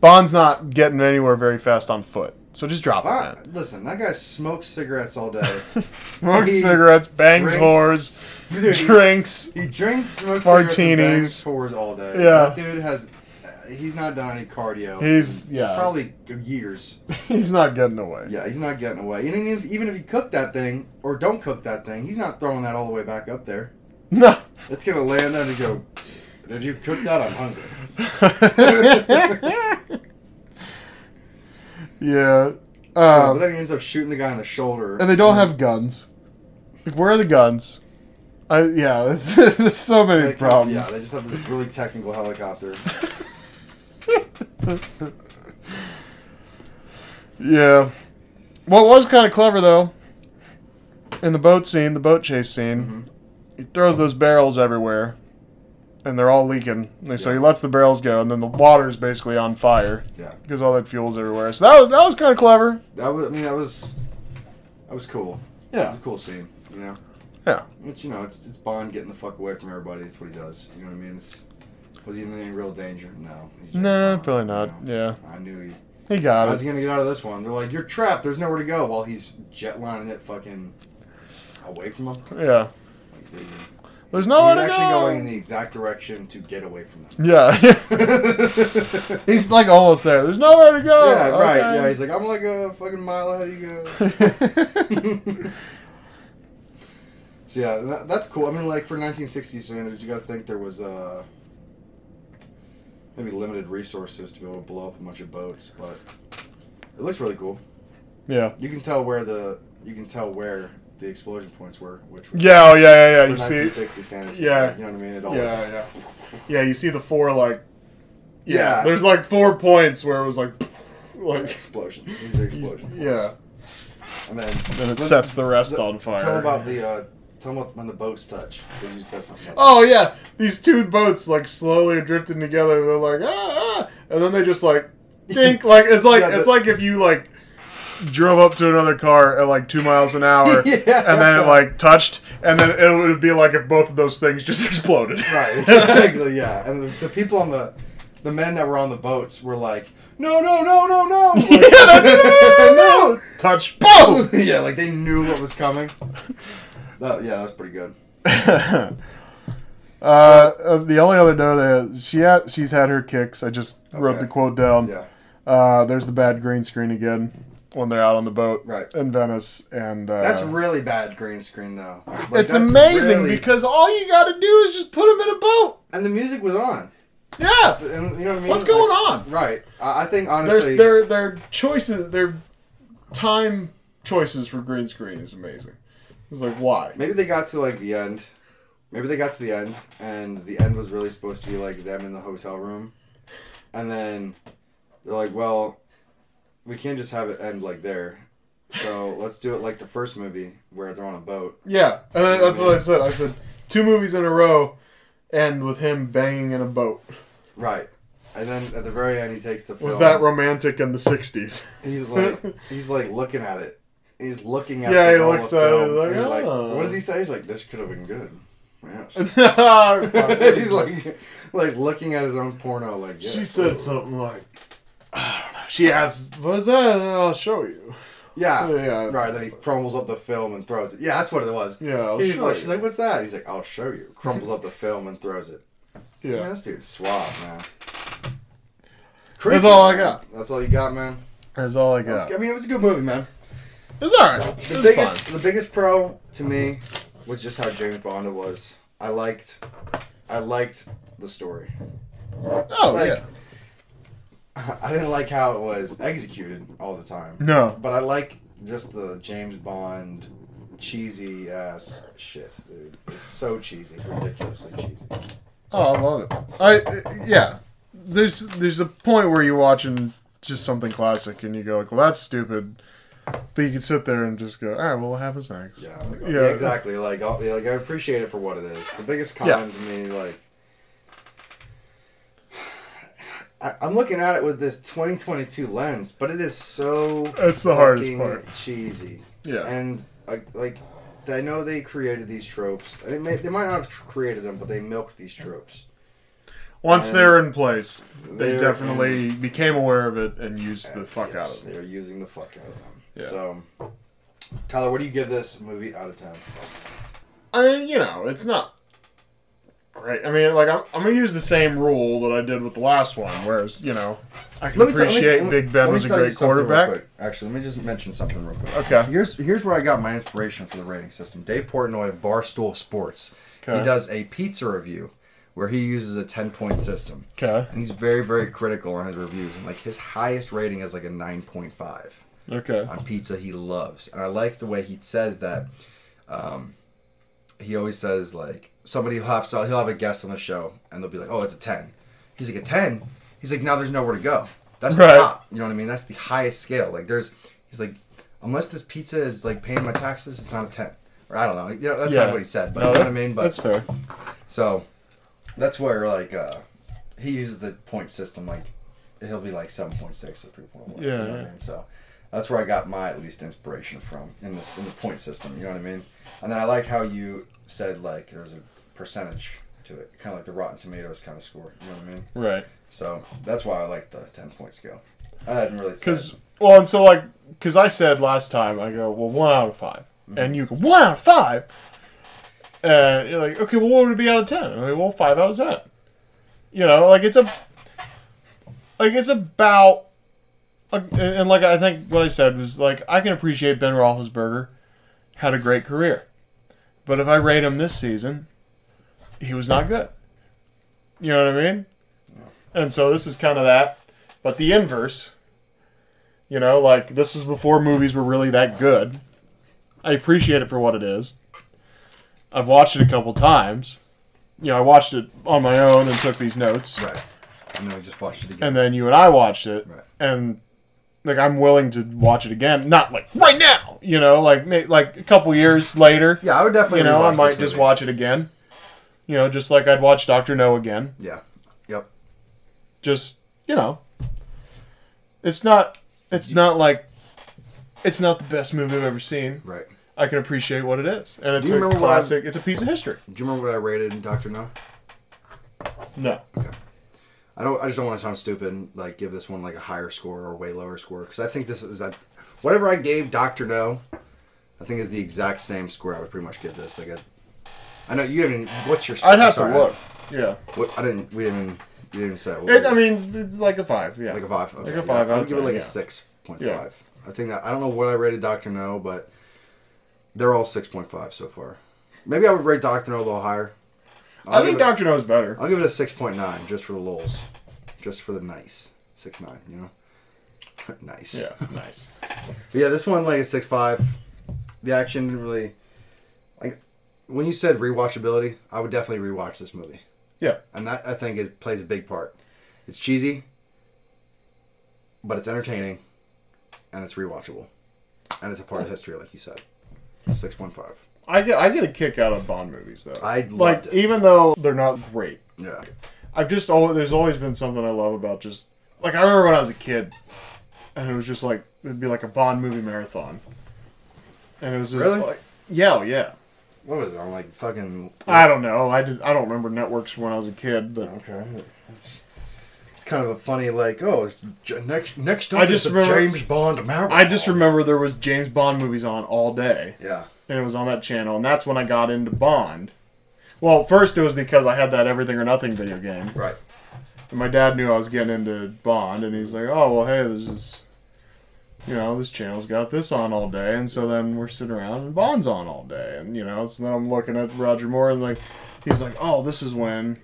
Bond's not getting anywhere very fast on foot. So just drop it. Why- man. listen, that guy smokes cigarettes all day. Smokes He cigarettes, bangs drinks- Dude, whores, he- drinks. He drinks, smokes cigarettes, and Martinis. bangs tours all day. Yeah. that dude has. uh, He's not done any cardio. He's yeah. Probably. probably years. He's not getting away. Yeah, he's not getting away. And even if, even if he cooked that thing or don't cook that thing, he's not throwing that all the way back up there. No. It's gonna land there and go. Did you cook that? I'm hungry. yeah. So, but Um, then he ends up shooting the guy in the shoulder. and they don't have guns. Like, where are the guns? I yeah. There's so many They- problems. Yeah, they just have this really technical helicopter. yeah. What was kind of clever though, in the boat scene, the boat chase scene, Mhm. he throws those barrels everywhere, and they're all leaking. And So he Yeah. lets the barrels go, and then the water's basically on fire Yeah, because all that fuel's everywhere. So that was that was kind of clever. that was. I mean, that was. That was cool. It was a cool scene. You know. Yeah. Which you know, it's, it's Bond getting the fuck away from everybody. That's what he does. You know what I mean? It's, was he in any real danger? No. He's just No, Bond, probably you not. know? Yeah, I knew he. he got How's it. he gonna get out of this one? They're like, you're trapped. There's nowhere to go. While he's jetlining it, fucking away from them. Yeah. Like, dude, There's nowhere he's to actually go. going in the exact direction to get away from them. Yeah. He's like almost there. There's nowhere to go. yeah, right. Oh, Okay. Yeah, he's like, I'm like a fucking mile ahead of you guys. so yeah, that, that's cool. I mean, like for 1960 standards, you got to think there was uh, maybe limited resources to be able to blow up a bunch of boats, but it looks really cool. yeah. You can tell where the you can tell where the explosion points were, which was Yeah. Oh, yeah. Yeah. for Yeah. You see. 1960 standards. Yeah. you know what I mean. It Yeah. all Yeah. Yeah. You see the four like. Yeah. There's like four points where it was like, like. explosion. These are you- explosion. points. Yeah. and then Then it Let's- sets the rest let- on fire. Tell them about the uh, tell them about when the boats touch. Then you said something. About Oh yeah, these two boats like slowly are drifting together. They're like ah, ah, and then they just like think like it's like Yeah, it's the- like if you like drove up to another car at like two miles an hour, Yeah. and then it like touched, and then it would be like if both of those things just exploded. Right, exactly. yeah, and the, the people on the the men that were on the boats were like, "No, no, no, no, no!" Like, Oh, Yeah, no, no, no, no, no. Touch. Boom. yeah, like they knew what was coming. That, yeah, that's pretty good. uh, uh, the only other note is she had, she's had her kicks. I just wrote Okay. the quote down. Yeah, Uh, there's the bad green screen again when they're out on the boat Right. in Venice, and uh, that's really bad green screen though. Like, it's that's amazing really- because all you got to do is just put them in a boat. and the music was on. Yeah, And you know what I mean? what's going Like, on? Right. I, I think honestly, There's their their choices, their time choices for green screen is amazing. It's like why? maybe they got to like the end. Maybe they got to the end, and the end was really supposed to be like them in the hotel room, and then they're like, "Well, we can't just have it end like there, so let's do it like the first movie where they're on a boat." Yeah, and then that's what I said. I said two movies in a row end with him banging in a boat. Right, and then at the very end, he takes the film. Was that romantic in the '60s? He's like, he's like looking at it. He's looking at Yeah, the he roll looks of at it, film, he's like, and he's like, "Oh." what does he say? He's like, "This could have been good." Yes. he's He's like, like looking at his own porno. Like, yeah, She said something like, I don't know. She asked, "What's that? I'll show you." Yeah. Yeah, Right, then he crumbles up the film and throws it. Yeah, that's what it was. yeah. I'll He's show like, you. she's like, what's that? He's like, I'll show you. Crumbles up the film and throws it. Man, yeah. this dude's swab, man. That's all I man. got. That's all you got, man. That's all I That was- got. I mean, it was a good movie, man. It's all right. The It's biggest, fine. the biggest pro to me was just how James Bond was. I liked, I liked the story. Oh like- yeah. I didn't like how it was executed all the time. No. But I like just the James Bond cheesy ass shit, dude. It's so cheesy, it's ridiculously cheesy. Oh, I love it. I uh, yeah. There's there's a point where you're watching just something classic and you go like, "Well, that's stupid," but you can sit there and just go, "All right, well, what happens next?" Yeah, like, Yeah. yeah. exactly. Like, I'll, yeah, like I appreciate it for what it is. The biggest con Yeah. to me, like, I, I'm looking at it with this 2022 lens, but it is so That's the hardest fucking part. cheesy. Yeah. And like, like I know they created these tropes. They, may, they might not have created them, but they milked these tropes. Once And they're in place, they they're- definitely became aware of it and used the fuck out Yes, of it. They were using the fuck out of them. Yeah. So, Tyler, what do you give this movie out of ten? I mean, you know, it's not great. I mean, like I'm, I'm gonna use the same rule that I did with the last one, whereas you know, I can tell- appreciate let me- Big Ben let me was a tell you great something real quarterback. quick. Actually, let me just mention something real quick. Okay. Here's here's where I got my inspiration for the rating system. Dave Portnoy of Barstool Sports. Okay. He does a pizza review where he uses a ten point system. Okay. And he's very, very critical on his reviews. And like his highest rating is like a nine point five Okay. on pizza he loves. And I like the way he says that. Um, he always says like somebody will have so he'll have a guest on the show and they'll be like, oh, it's a ten. He's like a ten. He's like now there's nowhere to go. That's Right. the top. You know what I mean? That's the highest scale. Like there's he's like unless this pizza is like paying my taxes, it's not a ten. Or I don't know. You know that's Yeah. not what he said, but No, you know that- what I mean. But That's fair. so that's where like uh he uses the point system like he'll be like seven point six or three point one. Yeah, You know what yeah. I mean? So that's where I got my at least inspiration from in this in the point system, you know what I mean? And then I like how you said like there's a percentage to it. Kinda like the Rotten Tomatoes kind of score. You know what I mean? Right. So that's why I like the ten point scale. I hadn't really Because said well, and so like because I said last time, I go well one out of 5 and you go one out of five, and you're like okay, well what would it be out of ten? I'm like well five out of ten. You know, like it's a like it's about like, and and like I think what I said was like I can appreciate Ben Roethlisberger had a great career, but if I rate him this season, he was not good. You know what I mean? And so this is kind of that, but the inverse. You know, like this is before movies were really that good. I appreciate it for what it is. I've watched it a couple times. You know, I watched it on my own and took these notes. right. And then we just watched it again. And then you and I watched it. Right. And like I'm willing to watch it again, not like right now, you know, like ma- like a couple years later. yeah, I would definitely You know, I rewatch might this just movie. watch it again. You know, just like I'd watch Doctor No again. Yeah. Yep. just you know it's not it's not like it's not the best movie i've ever seen Right. i can appreciate what it is and it's Do you a remember what I- classic it's a piece of history Do you remember what I rated in Doctor No? no I don't. I just don't want to sound stupid. and, Like give this one like a higher score or a way lower score because I think this is that whatever I gave Doctor No, I think is the exact same score I would pretty much give this. Like I, I know you didn't. What's your? Score? i'd have Sorry, to look yeah What, I didn't. We didn't. even- You didn't even say. What it, was i it? mean it's like a five yeah like a five. Okay, like a five Yeah. I out of would give 10, it like yeah. a six point five. Yeah. I think that I don't know what I rated Doctor No, but they're all six point five so far. Maybe I would rate Doctor No a little higher. i I'll think give it- dr knows better I'll give it a six point nine just for the lulz, just for the nice six nine. You know, nice. yeah nice But yeah, this one like a six five. The action didn't really like when you said rewatchability. I would definitely rewatch this movie, yeah and that I think it plays a big part. It's cheesy, but it's entertaining, and it's rewatchable, and it's a part of history, like you said. Six point five. i get i get a kick out of bond movies though I like loved it. even though they're not great Yeah. I've just always there's always been something I love about just like I remember when I was a kid, and it was just like it'd be like a Bond movie marathon, and it was just Really? like yeah oh, yeah What was it on like fucking? I don't know I did I don't remember networks when I was a kid but Okay. It's kind of a funny, like, oh, it's J- next next up I just is a remember- James Bond marathon. I just remember there was James Bond movies on all day Yeah. and it was on that channel and that's when I got into Bond. Well, first it was because I had that Everything or Nothing video game. Right. And my dad knew I was getting into Bond, and he's like, "Oh well, hey, this is, you know, this channel's got this on all day." And so then we're sitting around, and Bond's on all day, and you know, so then I'm looking at Roger Moore, and like, he's like, "Oh, this is when,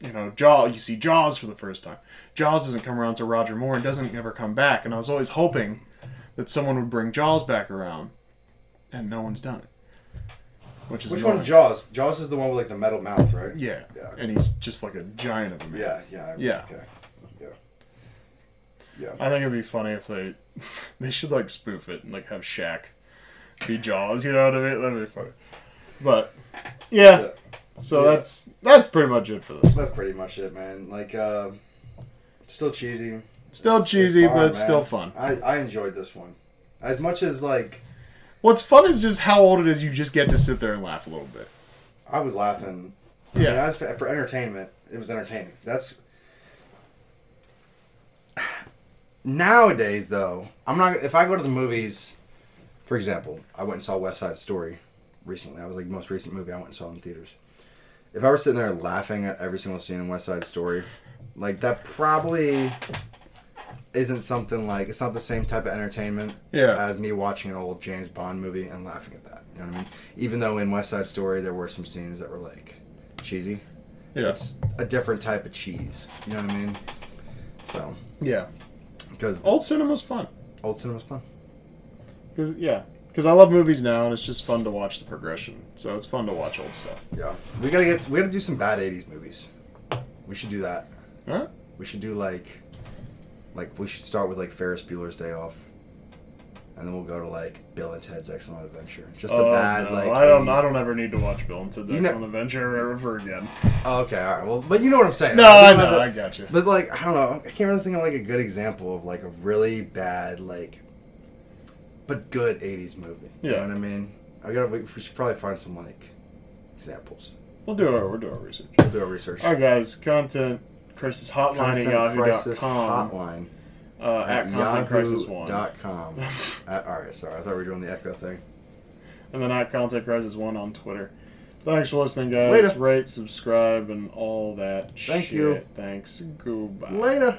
you know, Jaw, you see Jaws for the first time. Jaws doesn't come around to Roger Moore, and doesn't ever come back." And I was always hoping that someone would bring Jaws back around, and no one's done it. Which is Which one? annoying. Jaws. Jaws is the one with like the metal mouth, right? Yeah. Yeah. and he's just like a giant of a man. Yeah. Yeah. I- Yeah. Okay. Yeah. Yeah. I think it'd be funny if they they should like spoof it and like have Shaq be Jaws, you know what I mean? That'd be funny. But yeah. So Yeah. that's that's pretty much it for this. That's pretty much it, man. Like, uh, still cheesy. Still It's- cheesy, but Bond, it's man. still fun. I I enjoyed this one, as much as like What's fun is just how old it is you just get to sit there and laugh a little bit. I was laughing. I mean, Yeah. as for, for entertainment, It was entertaining. That's Nowadays, though, I'm not. If I go to the movies, for example, I went and saw West Side Story recently. That was like the most recent movie I went and saw in theaters. If I were sitting there laughing at every single scene in West Side Story, like that probably isn't something like it's not the same type of entertainment Yeah. as me watching an old James Bond movie and laughing at that. You know what I mean? Even though in West Side Story there were some scenes that were like cheesy, Yeah. it's a different type of cheese. You know what I mean? So Yeah. because Old cinema's fun. old cinema's fun. Cause, yeah. Because I love movies now, and it's just fun to watch the progression. So it's fun to watch old stuff. Yeah, we gotta get. We gotta do some bad '80s movies. We should do that. Huh? We should do like, like we should start with like Ferris Bueller's Day Off, and then we'll go to like Bill and Ted's Excellent Adventure. Just the Oh, bad no. like. I don't. 80s I don't ever need to watch Bill and Ted's You know- Excellent Adventure ever again. Oh, okay, all right. Well, but you know what I'm saying. No, right? I We don't know. I have to- got you. But like, I don't know. I can't really think of like a good example of like a really bad like, but good '80s movie. You Yeah. know what I mean? I gotta. We we should probably find some like examples. We'll do our. We'll do our research. We'll do our research. All right, guys. Content crisis hotline Content at crisis yahoo.com. hotline Uh, at at content crisis yahoo one. dot com. At- all right, sorry. I thought we were doing the echo thing. and then at content crisis one on Twitter. Thanks for listening, guys. Later. Rate, subscribe, and all that. Thank shit. you. Thanks. Goodbye. Later.